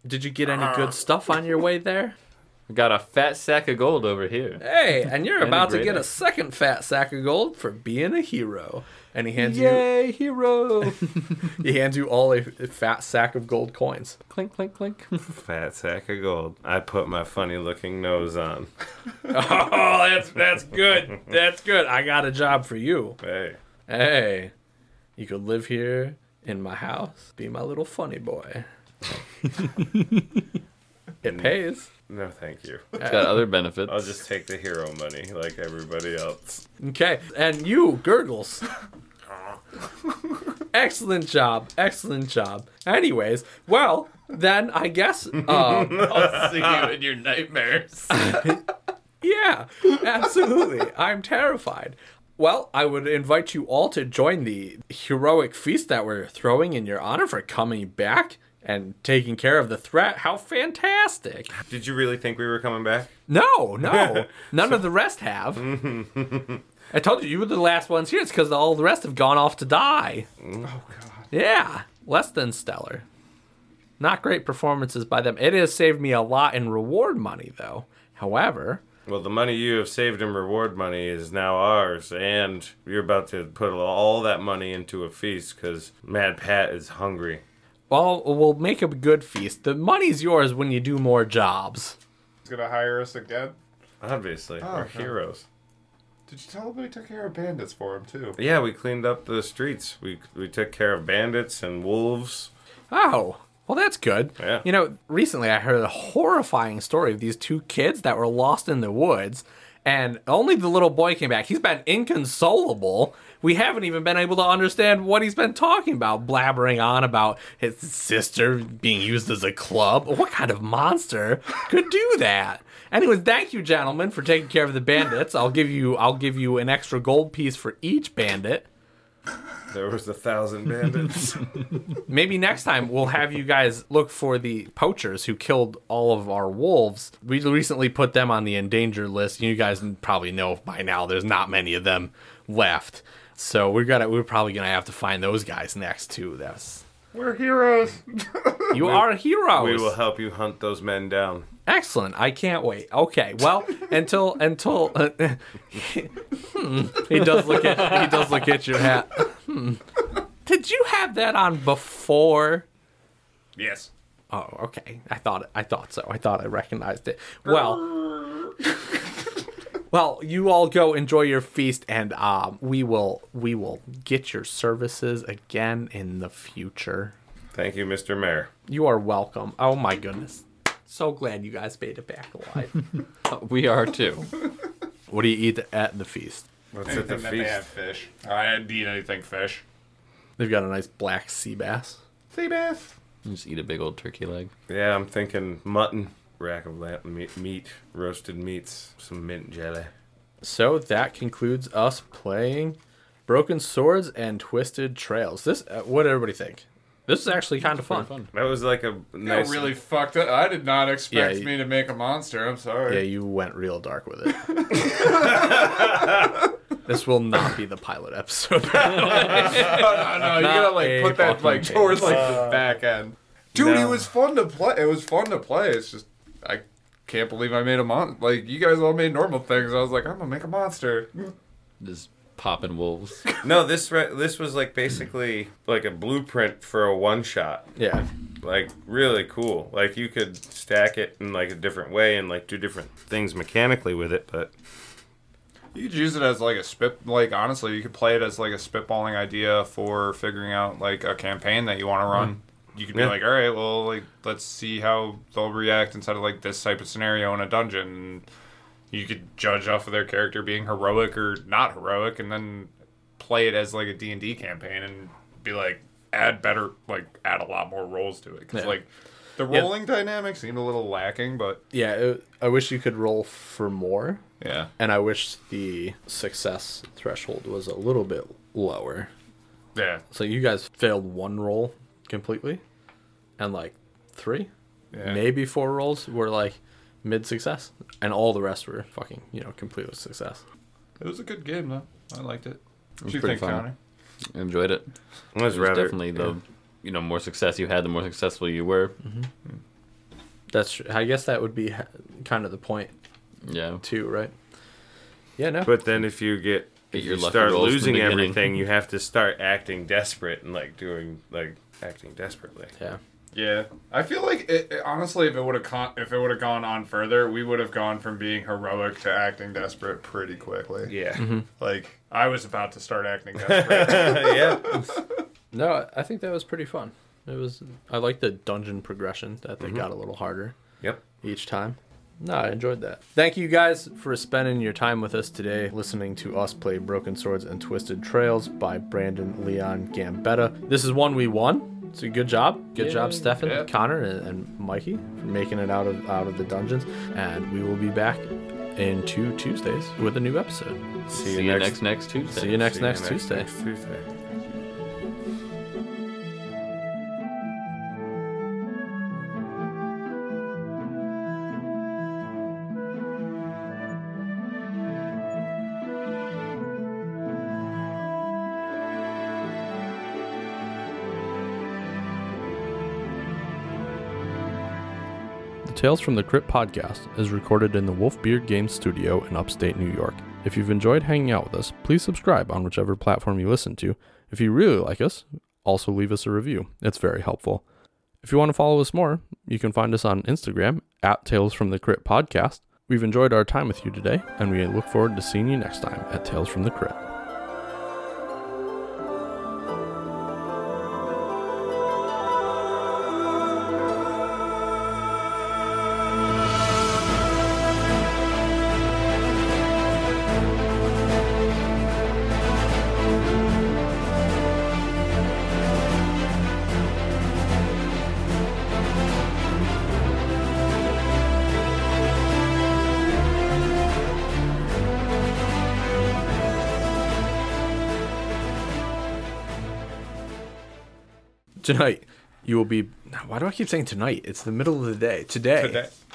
did you get any good stuff on your way there We got a fat sack of gold over here. Hey, and you're a about to great get a axe. second fat sack of gold for being a hero. And he hands Yay, hero! you he hands you all a a fat sack of gold coins. clink, clink, clink. Fat sack of gold. I put my funny looking nose on. Oh, that's that's good. That's good. I got a job for you. Hey. Hey, you could live here in my house, be my little funny boy. it pays. No, thank you. It's got other benefits. I'll just take the hero money like everybody else. Okay, and you, Gurgles. excellent job, excellent job. Anyways, well, then I guess, uh, I'll see you in your nightmares. yeah, absolutely. I'm terrified. Well, I would invite you all to join the heroic feast that we're throwing in your honor for coming back and taking care of the threat. How fantastic! Did you really think we were coming back? No, no. None of the rest have. I told you, you were the last ones here. It's because all the rest have gone off to die. Oh, God. Yeah. Less than stellar. Not great performances by them. It has saved me a lot in reward money, though. However, Well, the money you have saved in reward money is now ours, and you're about to put all that money into a feast because Mad Pat is hungry. well, we'll make a good feast. The money's yours when you do more jobs. He's gonna hire us again. Obviously, Oh, we're okay. heroes. Did you tell him we took care of bandits for him too? Yeah, we cleaned up the streets. We we took care of bandits and wolves. Oh, well, that's good. Yeah. You know, recently I heard a horrifying story of these two kids that were lost in the woods, and only the little boy came back. He's been inconsolable. We haven't even been able to understand what he's been talking about, blabbering on about his sister being used as a club. What kind of monster could do that? Anyways, thank you, gentlemen, for taking care of the bandits. I'll give you, I'll give you an extra gold piece for each bandit. There was a thousand bandits. Maybe next time we'll have you guys look for the poachers who killed all of our wolves. We recently put them on the endangered list. You guys probably know by now there's not many of them left. So we're gonna we're probably gonna have to find those guys next too. That's We're heroes. you are heroes. we will help you hunt those men down. Excellent. I can't wait. Okay. Well, until until uh, hmm. he does look at he does look at your hat. Hmm. Did you have that on before? yes. Oh, okay. I thought I thought so. I thought I recognized it. Well, well, you all go enjoy your feast, and um, we will we will get your services again in the future. Thank you, Mr. Mayor. You are welcome. Oh my goodness, so glad you guys made it back alive. we are too. what do you eat at the feast? Let's hit the Anything that may have feast. fish. I didn't eat anything fish. They've got a nice black sea bass. Sea bass. Just eat a big old turkey leg. Yeah, I'm thinking mutton, rack of lamb, meat, meat, roasted meats, some mint jelly. So that concludes us playing Broken Swords and Twisted Trails. This, uh, what did everybody think? This is actually kind of fun. fun. That was like a I nice. really fucked up. I did not expect Yeah, you- me to make a monster. I'm sorry. Yeah, you went real dark with it. this will not be the pilot episode. no, no, you Not a gotta like put that fucking like chance. towards like Uh, the back end. Dude, No. it was fun to play. It was fun to play. It's just I can't believe I made a mon. Like you guys all made normal things. I was like, I'm gonna make a monster. Just popping wolves. no, this re- this was like basically like a blueprint for a one shot. yeah. Like really cool. Like you could stack it in like a different way and like do different things mechanically with it, but You could use it as like a spit. Like honestly, you could play it as like a spitballing idea for figuring out like a campaign that you want to run. Mm-hmm. You could be Yeah. like, all right, well, like let's see how they'll react inside of like this type of scenario in a dungeon. You could judge off of their character being heroic or not heroic, and then play it as like a D and D campaign and be like, add better, like add a lot more rolls to it because Yeah. like the rolling dynamic seemed a little lacking, but Yeah, it, I wish you could roll for more, yeah, and I wish the success threshold was a little bit lower. yeah, So you guys failed one roll completely, and like three, Yeah. maybe four rolls were like mid success, and all the rest were fucking, you know, complete success. it was a good game though. I liked it. What do you pretty think, fun. Connor? Enjoyed it. it was It was rather Mm-hmm. definitely the you know more success you had, the more successful you were. That's. tr- I guess that would be ha- kind of the point Yeah. too, right? Yeah. No. But then if you get Get if your you lucky start rolls in the losing beginning. everything, you have to start acting desperate and like doing like acting desperately. yeah. Yeah, I feel like it, it- honestly, if it would have con- if it would have gone on further, we would have gone from being heroic to acting desperate pretty quickly. Yeah. Mm-hmm. Like I was about to start acting desperate. yeah. No, I think that was pretty fun. It was. I like the dungeon progression that Mm-hmm. they got a little harder. Yep. each time. No, I enjoyed that. Thank you guys for spending your time with us today, listening to us play Broken Swords and Twisted Trails by Brandon Leon Gambetta. This is one we won. So good job, good job, Stefan, Yeah. Connor, and, and Mikey for making it out of out of the dungeons. And we will be back in two Tuesdays with a new episode. See See you, next next Tuesday. See you next see you next Tuesday. next Tuesday. The Tales from the Crypt podcast is recorded in the Wolfbeard Games studio in upstate New York. If you've enjoyed hanging out with us, please subscribe on whichever platform you listen to. If you really like us, also leave us a review. It's very helpful. If you want to follow us more, you can find us on Instagram at Tales from the Crypt podcast. We've enjoyed our time with you today, and we look forward to seeing you next time at Tales from the Crypt. Tonight, you will be. Why do I keep saying tonight? It's the middle of the day. Today. Today.